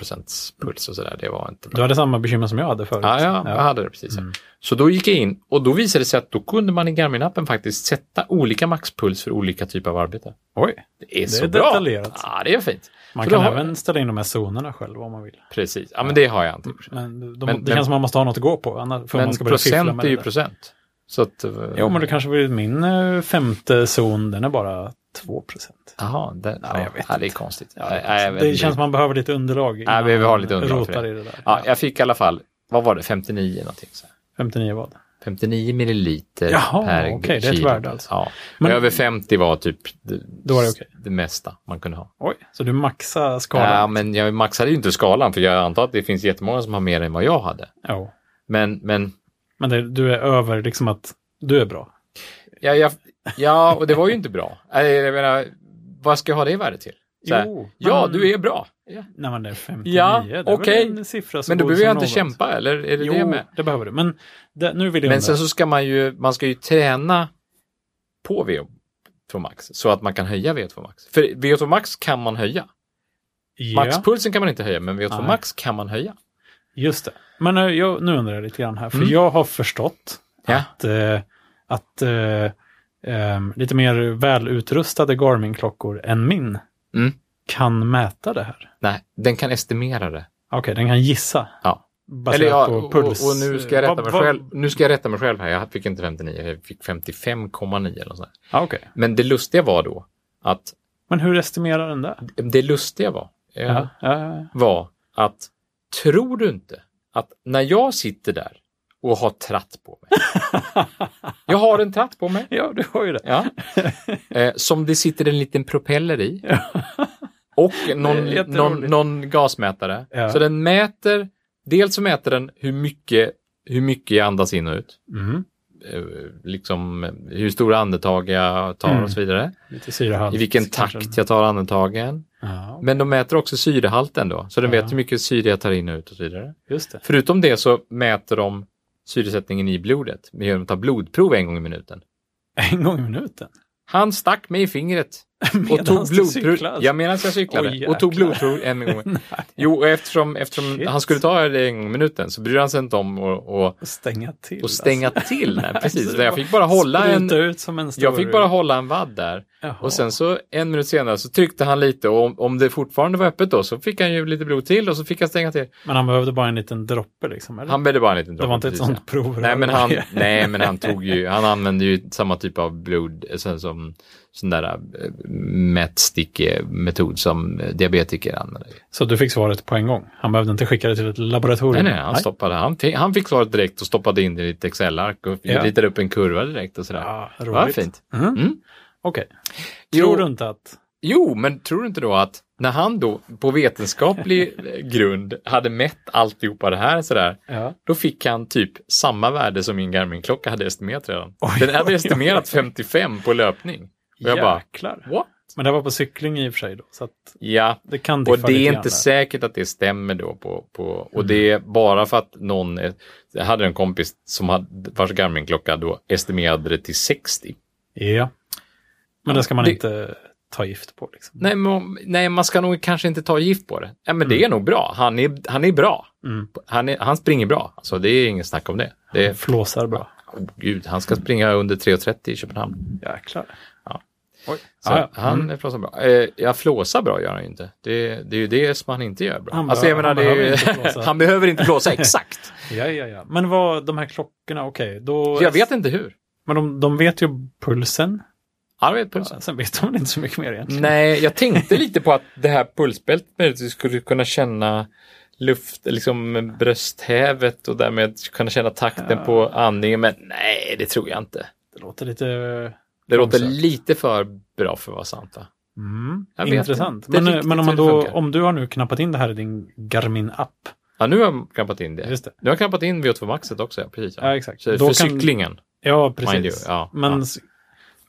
[SPEAKER 2] puls och sådär. Det var inte bra.
[SPEAKER 1] Du hade samma bekymmer som jag hade förut.
[SPEAKER 2] Ja, ja, jag hade det precis.
[SPEAKER 1] Mm.
[SPEAKER 2] ja. Så då gick jag in och då visade det sig att då kunde man i Garmin-appen faktiskt sätta olika maxpuls för olika typer av arbete.
[SPEAKER 1] Oj.
[SPEAKER 2] Det är
[SPEAKER 1] Det
[SPEAKER 2] så
[SPEAKER 1] är
[SPEAKER 2] bra.
[SPEAKER 1] detaljerat.
[SPEAKER 2] Ja, det är fint.
[SPEAKER 1] Man
[SPEAKER 2] Så
[SPEAKER 1] kan
[SPEAKER 2] då har-
[SPEAKER 1] även ställa in de här zonerna själv om man vill.
[SPEAKER 2] Precis, ja men det har jag inte.
[SPEAKER 1] Men, de,
[SPEAKER 2] Men-
[SPEAKER 1] det
[SPEAKER 2] men-
[SPEAKER 1] känns som man måste ha något att gå på. Annars, för
[SPEAKER 2] Men
[SPEAKER 1] man ska börja fiffla
[SPEAKER 2] procent
[SPEAKER 1] med
[SPEAKER 2] är ju
[SPEAKER 1] det där.
[SPEAKER 2] procent. Så att... eh,
[SPEAKER 1] Jo, men det kanske blir min eh, femte zon, den är bara 2 procent.
[SPEAKER 2] Jaha, det, ja,
[SPEAKER 1] jag vet
[SPEAKER 2] ja, det är
[SPEAKER 1] inte.
[SPEAKER 2] konstigt.
[SPEAKER 1] Ja,
[SPEAKER 2] Nej, nej, jag vet
[SPEAKER 1] det
[SPEAKER 2] inte.
[SPEAKER 1] känns som man behöver lite underlag. innan
[SPEAKER 2] vi har
[SPEAKER 1] man
[SPEAKER 2] lite underlag för
[SPEAKER 1] rotar
[SPEAKER 2] det.
[SPEAKER 1] i det där.
[SPEAKER 2] ja, jag fick i alla fall, vad var det, 59 någonting? Så här.
[SPEAKER 1] 59 vad?
[SPEAKER 2] 59 milliliter
[SPEAKER 1] Jaha,
[SPEAKER 2] per
[SPEAKER 1] okej, det är ett
[SPEAKER 2] kilo.
[SPEAKER 1] värde alltså.
[SPEAKER 2] Ja.
[SPEAKER 1] Men-
[SPEAKER 2] Men, över 50 var typ det,
[SPEAKER 1] Då är det okej.
[SPEAKER 2] det mesta man kunde ha.
[SPEAKER 1] Oj, så du maxar skalan?
[SPEAKER 2] Ja, men jag maxade ju inte skalan för jag antar att det finns jättemånga som har mer än vad jag hade.
[SPEAKER 1] Jo.
[SPEAKER 2] Men, men
[SPEAKER 1] Men det, du är över liksom att du är bra.
[SPEAKER 2] ja, jag, ja, och det var ju inte bra. Nej, Jag menar, vad ska jag ha det värdet till? Så här,
[SPEAKER 1] Jo,
[SPEAKER 2] ja,
[SPEAKER 1] men-
[SPEAKER 2] du är bra. Ja.
[SPEAKER 1] När man är 59,
[SPEAKER 2] Ja,
[SPEAKER 1] det är
[SPEAKER 2] okej.
[SPEAKER 1] väl en siffra så
[SPEAKER 2] Men då
[SPEAKER 1] god
[SPEAKER 2] behöver jag
[SPEAKER 1] som
[SPEAKER 2] inte
[SPEAKER 1] något.
[SPEAKER 2] kämpa, eller är det
[SPEAKER 1] Jo,
[SPEAKER 2] det med?
[SPEAKER 1] det behöver du. Men det, nu vill jag
[SPEAKER 2] Men
[SPEAKER 1] undra.
[SPEAKER 2] sen så ska man ju, man ska ju träna på VO2 Max så att man kan höja VO2 Max. För VO2 Max kan man höja.
[SPEAKER 1] ja,
[SPEAKER 2] Maxpulsen kan man inte höja, men VO2
[SPEAKER 1] Nej.
[SPEAKER 2] Max kan man höja.
[SPEAKER 1] Just det. Men eh, jag, nu undrar jag lite grann här, för
[SPEAKER 2] Mm.
[SPEAKER 1] jag har förstått
[SPEAKER 2] Ja.
[SPEAKER 1] att, eh, att eh, ehm, lite mer välutrustade Garmin-klockor än min
[SPEAKER 2] Mm.
[SPEAKER 1] kan mäta det här.
[SPEAKER 2] Nej, den kan estimera det.
[SPEAKER 1] Okej, den kan gissa.
[SPEAKER 2] Ja.
[SPEAKER 1] Baserat på
[SPEAKER 2] och,
[SPEAKER 1] puls. Eh,
[SPEAKER 2] och nu ska jag rätta
[SPEAKER 1] Vad-
[SPEAKER 2] mig
[SPEAKER 1] vad-
[SPEAKER 2] själv. Nu ska jag rätta mig själv här. Jag fick inte 59, jag fick 55,9 eller något sånt. där.
[SPEAKER 1] Ja, okej.
[SPEAKER 2] Men det lustiga var då att
[SPEAKER 1] Men hur estimerar den det?
[SPEAKER 2] det lustiga var eh,
[SPEAKER 1] Ja, ja, ja.
[SPEAKER 2] var att tror du inte att när jag sitter där och har tratt på
[SPEAKER 1] *laughs*
[SPEAKER 2] mig. jag har en tratt på mig.
[SPEAKER 1] ja, du har ju det.
[SPEAKER 2] Ja.
[SPEAKER 1] *laughs*
[SPEAKER 2] Eh, som det sitter en liten propeller i. Och någon,
[SPEAKER 1] Det är
[SPEAKER 2] någon,
[SPEAKER 1] jätteroligt.
[SPEAKER 2] någon gasmätare.
[SPEAKER 1] Ja.
[SPEAKER 2] Så den mäter, dels så mäter den hur mycket, hur mycket jag andas in och ut.
[SPEAKER 1] Mm.
[SPEAKER 2] Eh, Liksom eh, hur stora andetag jag tar
[SPEAKER 1] Mm.
[SPEAKER 2] och så vidare.
[SPEAKER 1] Lite syrehalt.
[SPEAKER 2] I vilken
[SPEAKER 1] kanske.
[SPEAKER 2] takt jag tar andetagen.
[SPEAKER 1] Ja,
[SPEAKER 2] Men de mäter också syrehalten då, så den
[SPEAKER 1] Ja.
[SPEAKER 2] vet hur mycket syre jag tar in och ut och så vidare.
[SPEAKER 1] just det.
[SPEAKER 2] Förutom det så mäter de syresättningen i blodet genom att ta blodprov en gång i minuten.
[SPEAKER 1] *laughs* En gång i minuten.
[SPEAKER 2] Han stack mig i fingret och
[SPEAKER 1] Medans
[SPEAKER 2] tog
[SPEAKER 1] du
[SPEAKER 2] blodprov.
[SPEAKER 1] cyklade.
[SPEAKER 2] Ja, medan jag cyklade.
[SPEAKER 1] Oj, jäklar.
[SPEAKER 2] och tog blodprov en gång. jo, och eftersom, eftersom
[SPEAKER 1] Shit.
[SPEAKER 2] han skulle ta det en gång i minuten så brydde han sig inte om att och,
[SPEAKER 1] *laughs* Och stänga till.
[SPEAKER 2] och stänga
[SPEAKER 1] alltså.
[SPEAKER 2] till.
[SPEAKER 1] *laughs*
[SPEAKER 2] Nej, precis,
[SPEAKER 1] Så
[SPEAKER 2] Så jag
[SPEAKER 1] det
[SPEAKER 2] fick bara hålla en,
[SPEAKER 1] Spruta ut som en stor...
[SPEAKER 2] jag fick bara hålla en vadd där.
[SPEAKER 1] Jaha.
[SPEAKER 2] Och sen så en minut senare så tryckte han lite och om, om det fortfarande var öppet då så fick han ju lite blod till och så fick han stänga till.
[SPEAKER 1] Men han behövde bara en liten droppe liksom, eller?
[SPEAKER 2] Han behövde bara en liten droppe.
[SPEAKER 1] det var inte ett
[SPEAKER 2] precis,
[SPEAKER 1] sånt
[SPEAKER 2] ja.
[SPEAKER 1] prov.
[SPEAKER 2] Nej
[SPEAKER 1] *laughs*
[SPEAKER 2] men, han, nej, men han tog ju, han använde ju samma typ av blod, eh, sen som sån där eh, mätstickmetod som eh, diabetiker använder.
[SPEAKER 1] Så du fick svaret på en gång? Han behövde inte skicka det till ett laboratorium?
[SPEAKER 2] Nej, nej, han stoppade, han, fi- han fick svaret direkt och stoppade in det i ett Excel-ark och
[SPEAKER 1] Ja.
[SPEAKER 2] ritade upp en kurva direkt och sådär.
[SPEAKER 1] Ja, roligt.
[SPEAKER 2] Vad fint.
[SPEAKER 1] Mm.
[SPEAKER 2] Mm.
[SPEAKER 1] Okej.
[SPEAKER 2] Jo.
[SPEAKER 1] Tror du inte att...
[SPEAKER 2] Jo, men tror du inte då att när han då
[SPEAKER 1] *laughs*
[SPEAKER 2] på vetenskaplig grund hade mätt alltihopa det här sådär,
[SPEAKER 1] Ja.
[SPEAKER 2] då fick han typ samma värde som min Garmin-klocka hade estimerat redan.
[SPEAKER 1] Oj,
[SPEAKER 2] Den hade
[SPEAKER 1] oj, oj.
[SPEAKER 2] estimerat 55 på löpning. Och jag bara,
[SPEAKER 1] Jäklar.
[SPEAKER 2] what?
[SPEAKER 1] Men det var på cykling i och för sig då, så att
[SPEAKER 2] Ja,
[SPEAKER 1] det kan diffa
[SPEAKER 2] och det
[SPEAKER 1] lite
[SPEAKER 2] är
[SPEAKER 1] grann där.
[SPEAKER 2] inte säkert att det stämmer då. På, på, och det
[SPEAKER 1] Mm.
[SPEAKER 2] är bara för att någon, är- jag hade en kompis som hade, vars Garmin-klocka då estimerade det till 60.
[SPEAKER 1] Ja. Men det ska man
[SPEAKER 2] Det-
[SPEAKER 1] inte ta gift på liksom.
[SPEAKER 2] Nej, men, om- nej, man ska nog kanske inte ta gift på det. Ja, men det är nog bra. Han är, han är bra.
[SPEAKER 1] Mm.
[SPEAKER 2] Han, är, han springer bra. Alltså, det är inget snack om det. det är,
[SPEAKER 1] Flåsar bra.
[SPEAKER 2] oh, gud, han ska springa under 3.30 i Köpenhamn.
[SPEAKER 1] Jäklar.
[SPEAKER 2] Ja.
[SPEAKER 1] Oj.
[SPEAKER 2] Så
[SPEAKER 1] Ja, ja.
[SPEAKER 2] han
[SPEAKER 1] Mm.
[SPEAKER 2] flåsar bra. Eh, ja, flåsa bra gör han ju inte. Det, det är ju det som han inte gör bra.
[SPEAKER 1] Han
[SPEAKER 2] alltså, jag
[SPEAKER 1] behöver-
[SPEAKER 2] menar,
[SPEAKER 1] han
[SPEAKER 2] det är ju,
[SPEAKER 1] behöver inte flåsa.
[SPEAKER 2] *laughs* han behöver inte flåsa,
[SPEAKER 1] *laughs*
[SPEAKER 2] exakt.
[SPEAKER 1] ja, ja, ja. Men vad, de här klockorna, okej, då...
[SPEAKER 2] Så jag vet inte hur.
[SPEAKER 1] Men de, de vet ju pulsen.
[SPEAKER 2] Han vet
[SPEAKER 1] Ja,
[SPEAKER 2] pulsen.
[SPEAKER 1] sen vet de väl inte så mycket mer egentligen.
[SPEAKER 2] Nej, jag tänkte lite på att det här pulsbältet möjligtvis skulle kunna känna luft, liksom brösthävet och därmed kunna känna takten
[SPEAKER 1] Ja.
[SPEAKER 2] på andningen. Men nej, det tror jag inte.
[SPEAKER 1] Det låter lite... eh,
[SPEAKER 2] Det låter
[SPEAKER 1] Långsökt.
[SPEAKER 2] lite för bra för att vara sant. Va?
[SPEAKER 1] Mm,
[SPEAKER 2] Jag vet
[SPEAKER 1] intressant.
[SPEAKER 2] inte
[SPEAKER 1] Men,
[SPEAKER 2] riktigt
[SPEAKER 1] men om, man
[SPEAKER 2] hur det
[SPEAKER 1] då,
[SPEAKER 2] funkar.
[SPEAKER 1] om du har nu knappat in det här i din Garmin-app.
[SPEAKER 2] Ja, nu har jag knappat in det.
[SPEAKER 1] Just det.
[SPEAKER 2] Nu har jag knappat in VO2 Maxet också. Ja, precis, ja.
[SPEAKER 1] Ja, exakt.
[SPEAKER 2] Så, för
[SPEAKER 1] Då kan-
[SPEAKER 2] cyklingen.
[SPEAKER 1] Ja,
[SPEAKER 2] Mind you,
[SPEAKER 1] precis.
[SPEAKER 2] ja,
[SPEAKER 1] men
[SPEAKER 2] ja.
[SPEAKER 1] s-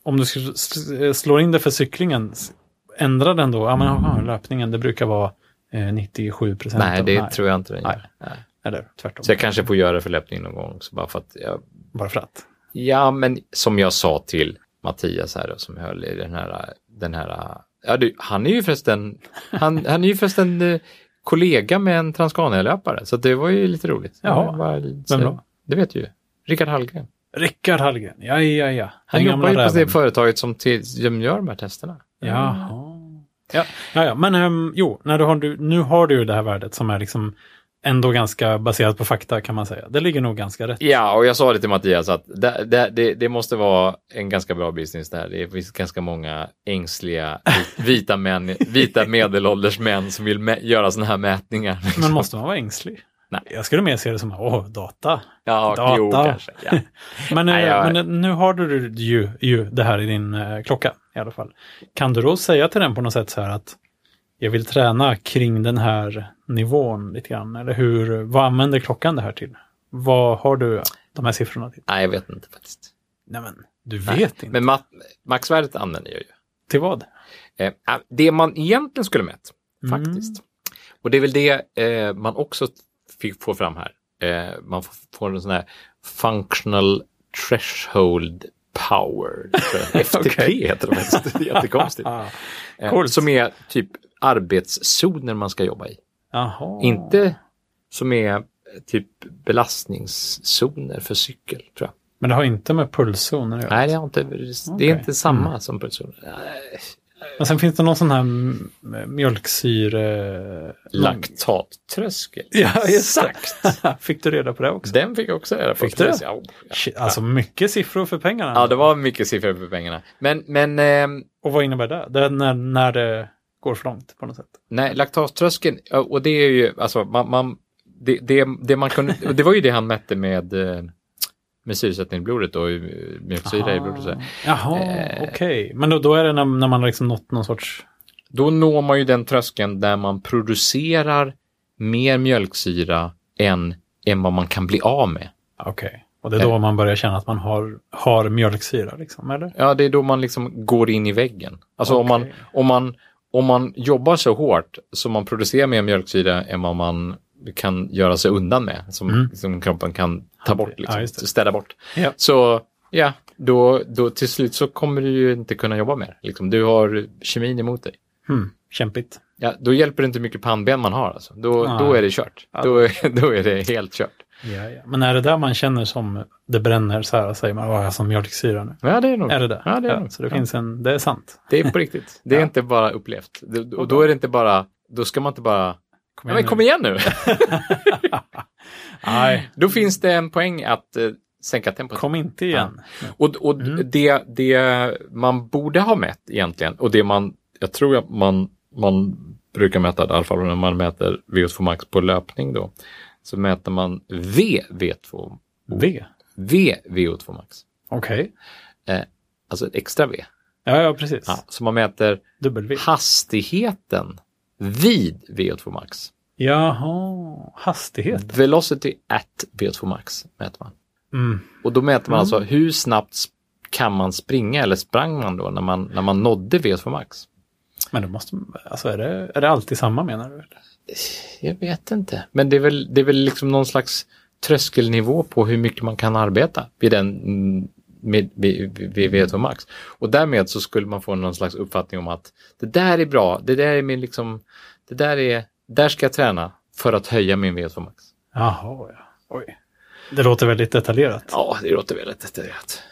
[SPEAKER 1] om du sk- s- slår in det för cyklingen, s- ändra den då? Ja, men aha, löpningen, det brukar vara eh, 97 procent.
[SPEAKER 2] Mm. Nej, det tror jag inte den gör.
[SPEAKER 1] Nej. Eller tvärtom.
[SPEAKER 2] Så jag kanske får göra det för löpning någon gång också, bara för att jag
[SPEAKER 1] Bara för att.
[SPEAKER 2] Ja, men som jag sa till Mattias här då, som höll i den här, den här ja, du, han är ju förresten,
[SPEAKER 1] *laughs*
[SPEAKER 2] han, han är ju förresten eh, kollega med en Transcania-löpare, så det var ju lite roligt.
[SPEAKER 1] Jaha.
[SPEAKER 2] Det var lite-
[SPEAKER 1] Vem då?
[SPEAKER 2] Det vet du ju. Rickard Hallgren.
[SPEAKER 1] Rickard Hallgren, ja, ja, ja.
[SPEAKER 2] Han
[SPEAKER 1] Den
[SPEAKER 2] jobbar ju
[SPEAKER 1] gamla
[SPEAKER 2] på det
[SPEAKER 1] räven.
[SPEAKER 2] företaget som, till, som gör de här testerna.
[SPEAKER 1] Jaha. Ja, ja, ja. men ehm, jo, när du har, du, nu har du ju det här värdet som är liksom ändå ganska baserat på fakta kan man säga. Det ligger nog ganska rätt.
[SPEAKER 2] Ja, och jag sa det till Mattias att det, det, det, det måste vara en ganska bra business det här. Det finns ganska många ängsliga vita män, vita medelålders män som vill mä- göra sådana här mätningar.
[SPEAKER 1] Men måste man vara ängslig?
[SPEAKER 2] Nej.
[SPEAKER 1] Jag skulle mer se det som, åh, data.
[SPEAKER 2] Ja,
[SPEAKER 1] Data.
[SPEAKER 2] jo, kanske.
[SPEAKER 1] *laughs*
[SPEAKER 2] Ja.
[SPEAKER 1] Men,
[SPEAKER 2] Nej,
[SPEAKER 1] eh,
[SPEAKER 2] jag-
[SPEAKER 1] men eh, nu har du ju, ju det här i din eh, klocka i alla fall. Kan du då säga till den på något sätt så här att jag vill träna kring den här nivån lite grann? Eller hur, vad använder klockan det här till? Vad har du de här siffrorna till?
[SPEAKER 2] Nej, jag vet inte faktiskt.
[SPEAKER 1] Nej men, du vet
[SPEAKER 2] Nej.
[SPEAKER 1] inte.
[SPEAKER 2] Men ma- maxvärdet använder jag ju.
[SPEAKER 1] till vad?
[SPEAKER 2] Eh, ah, det man egentligen skulle mätt,
[SPEAKER 1] Mm.
[SPEAKER 2] faktiskt. Och det är väl det eh, man också fick få fram här. Eh, man får, får en sån här functional threshold power.
[SPEAKER 1] *laughs*
[SPEAKER 2] FTP
[SPEAKER 1] Okej.
[SPEAKER 2] heter det faktiskt. Det
[SPEAKER 1] *laughs*
[SPEAKER 2] är jättekonstigt.
[SPEAKER 1] Ah,
[SPEAKER 2] Eh,
[SPEAKER 1] Coolt.
[SPEAKER 2] Som är typ arbetszoner man ska jobba i.
[SPEAKER 1] jaha.
[SPEAKER 2] Inte som är eh, typ belastningszoner för cykel, tror jag.
[SPEAKER 1] Men det har inte med pulszoner att göra.
[SPEAKER 2] Nej, det är inte, det
[SPEAKER 1] Okej. Mm.
[SPEAKER 2] är inte samma som Mm. pulszoner.
[SPEAKER 1] Men sen finns det någon sån här m- mjölksyre...
[SPEAKER 2] Laktattröskel.
[SPEAKER 1] *laughs* Ja, just det. *laughs*
[SPEAKER 2] Exakt.
[SPEAKER 1] Fick du reda på det också?
[SPEAKER 2] Den fick jag också reda på.
[SPEAKER 1] Fick du det?
[SPEAKER 2] Precis, Ja, ja.
[SPEAKER 1] Shit, alltså mycket siffror för pengarna.
[SPEAKER 2] ja, det var mycket siffror för pengarna. Men, men ehm,
[SPEAKER 1] Och vad innebär det? det är när, när det går för långt på något sätt.
[SPEAKER 2] Nej, laktaströskeln, och det är ju, alltså man, man det, det, det man kunde, *laughs* och det var ju det han mätte med, eh, med syresättning i blodet och mjölksyra i blodet. och Så. här.
[SPEAKER 1] Jaha,
[SPEAKER 2] Eh.
[SPEAKER 1] okej. Men då, då är det när, när man har liksom nått någon sorts...
[SPEAKER 2] Då når man ju den tröskeln där man producerar mer mjölksyra än, än vad man kan bli av med.
[SPEAKER 1] Okej. Och det är
[SPEAKER 2] Eh.
[SPEAKER 1] då man börjar känna att man har, har mjölksyra, liksom, eller?
[SPEAKER 2] Ja, det är då man liksom går in i väggen. Alltså om, man,
[SPEAKER 1] Okej.
[SPEAKER 2] om, man, om man jobbar så hårt så man producerar mer mjölksyra än vad man kan göra sig undan med, som,
[SPEAKER 1] Mm.
[SPEAKER 2] som kroppen kan ta bort, liksom,
[SPEAKER 1] Ja, just det.
[SPEAKER 2] städa bort.
[SPEAKER 1] Ja.
[SPEAKER 2] Så ja, då, då till slut så kommer du ju inte kunna jobba mer. Liksom, du har kemin emot dig.
[SPEAKER 1] Hmm, kämpigt.
[SPEAKER 2] Ja, då hjälper det inte hur mycket pannben man har. Alltså. Då,
[SPEAKER 1] Nej.
[SPEAKER 2] då är det kört.
[SPEAKER 1] Ja.
[SPEAKER 2] Då, *laughs* då är det helt kört.
[SPEAKER 1] Ja, ja. Men är det där man känner som det bränner så här, säger man, "Åh, jag har som mjölksyra nu.
[SPEAKER 2] Ja, det är nog.
[SPEAKER 1] Är det det?
[SPEAKER 2] Ja, det är
[SPEAKER 1] så det
[SPEAKER 2] Ja.
[SPEAKER 1] finns en, det är sant.
[SPEAKER 2] Det är på riktigt. Det är
[SPEAKER 1] Ja.
[SPEAKER 2] inte bara upplevt. Det- Och då är det inte bara, då ska man inte bara Ja, men kom igen nu!
[SPEAKER 1] Nej,
[SPEAKER 2] Då finns det en poäng att eh, sänka tempot.
[SPEAKER 1] kom inte igen.
[SPEAKER 2] Och, och
[SPEAKER 1] Mm.
[SPEAKER 2] det, det man borde ha mätt egentligen och det man, jag tror att man, man brukar mäta, det, i alla fall när man mäter VO2 max på löpning då, så mäter man V, V2,
[SPEAKER 1] V.
[SPEAKER 2] v VO2 max.
[SPEAKER 1] Okej.
[SPEAKER 2] Alltså ett extra V.
[SPEAKER 1] Ja, ja, precis.
[SPEAKER 2] Ja, så man mäter
[SPEAKER 1] Dubbel-V.
[SPEAKER 2] hastigheten vid VO2 max.
[SPEAKER 1] Jaha, hastighet.
[SPEAKER 2] Velocity at VO2 max mäter man.
[SPEAKER 1] Mm.
[SPEAKER 2] Och då mäter man
[SPEAKER 1] Mm.
[SPEAKER 2] alltså hur snabbt sp- kan man springa eller sprang man då när man, när man nådde VO2 max?
[SPEAKER 1] Men då måste, alltså är det, är det alltid samma menar du?
[SPEAKER 2] Jag vet inte, men det är väl, det är väl liksom någon slags tröskelnivå på hur mycket man kan arbeta vid, den, mm, med, vid, vid VO2 max. Och därmed så skulle man få någon slags uppfattning om att det där är bra, det där är min liksom, det där är, där ska jag träna för att höja min VO2 max.
[SPEAKER 1] Jaha, ja. Oj. Det låter väldigt detaljerat.
[SPEAKER 2] Ja, det låter väldigt detaljerat.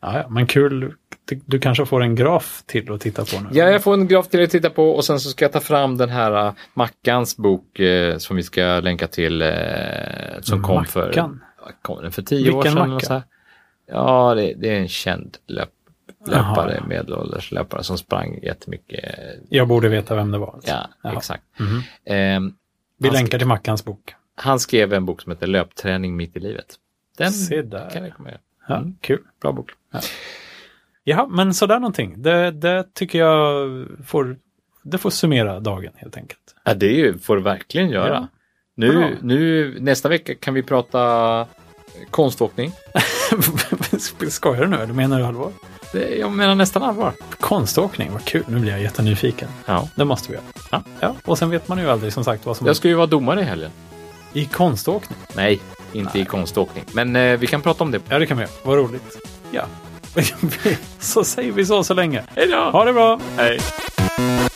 [SPEAKER 1] Ja, ja, men kul. Du, du kanske får en graf till att titta på nu.
[SPEAKER 2] Ja, jag får en graf till att titta på och sen så ska jag ta fram den här eh, Mackans bok eh, som vi ska länka till eh, som kom för,
[SPEAKER 1] Mackan.
[SPEAKER 2] kom den för tio år
[SPEAKER 1] Vilken
[SPEAKER 2] sedan.
[SPEAKER 1] Mackan?
[SPEAKER 2] och så här. Ja, det, det är en känd löp, löpare,
[SPEAKER 1] Jaha.
[SPEAKER 2] medelålders löpare som sprang jättemycket. eh,
[SPEAKER 1] Jag borde veta vem det var.
[SPEAKER 2] Ja,
[SPEAKER 1] Jaha.
[SPEAKER 2] exakt.
[SPEAKER 1] Mhm.
[SPEAKER 2] Ehm,
[SPEAKER 1] Vi
[SPEAKER 2] Han ska-
[SPEAKER 1] länkar till Mackans bok.
[SPEAKER 2] han skrev en bok som heter Löpträning mitt i livet. Den
[SPEAKER 1] Se där.
[SPEAKER 2] kan jag rekommendera.
[SPEAKER 1] Ja, Kul.
[SPEAKER 2] Bra bok.
[SPEAKER 1] Ja, men sådär någonting. Det, det tycker jag får, det får summera dagen helt enkelt. *laughs*
[SPEAKER 2] Ja, det är ju- får du verkligen göra.
[SPEAKER 1] Ja. Bra.
[SPEAKER 2] Nu, nu, nästa vecka kan vi prata konståkning.
[SPEAKER 1] Skojar du nu? eller menar du allvar?
[SPEAKER 2] Det, jag menar nästan allvar.
[SPEAKER 1] Konståkning, vad kul. Nu blir jag jättenyfiken.
[SPEAKER 2] Ja.
[SPEAKER 1] Det måste vi göra.
[SPEAKER 2] Ja.
[SPEAKER 1] och sen vet man ju aldrig som sagt vad som
[SPEAKER 2] Jag ska ju vara domare i helgen.
[SPEAKER 1] I konståkning?
[SPEAKER 2] Nej, inte i konståkning. Men eh, vi kan prata om det.
[SPEAKER 1] Ja, det kan vi göra. Vad roligt. Ja. *laughs* så säger vi så så länge.
[SPEAKER 2] Hej då!
[SPEAKER 1] Ha det bra!
[SPEAKER 2] Hej.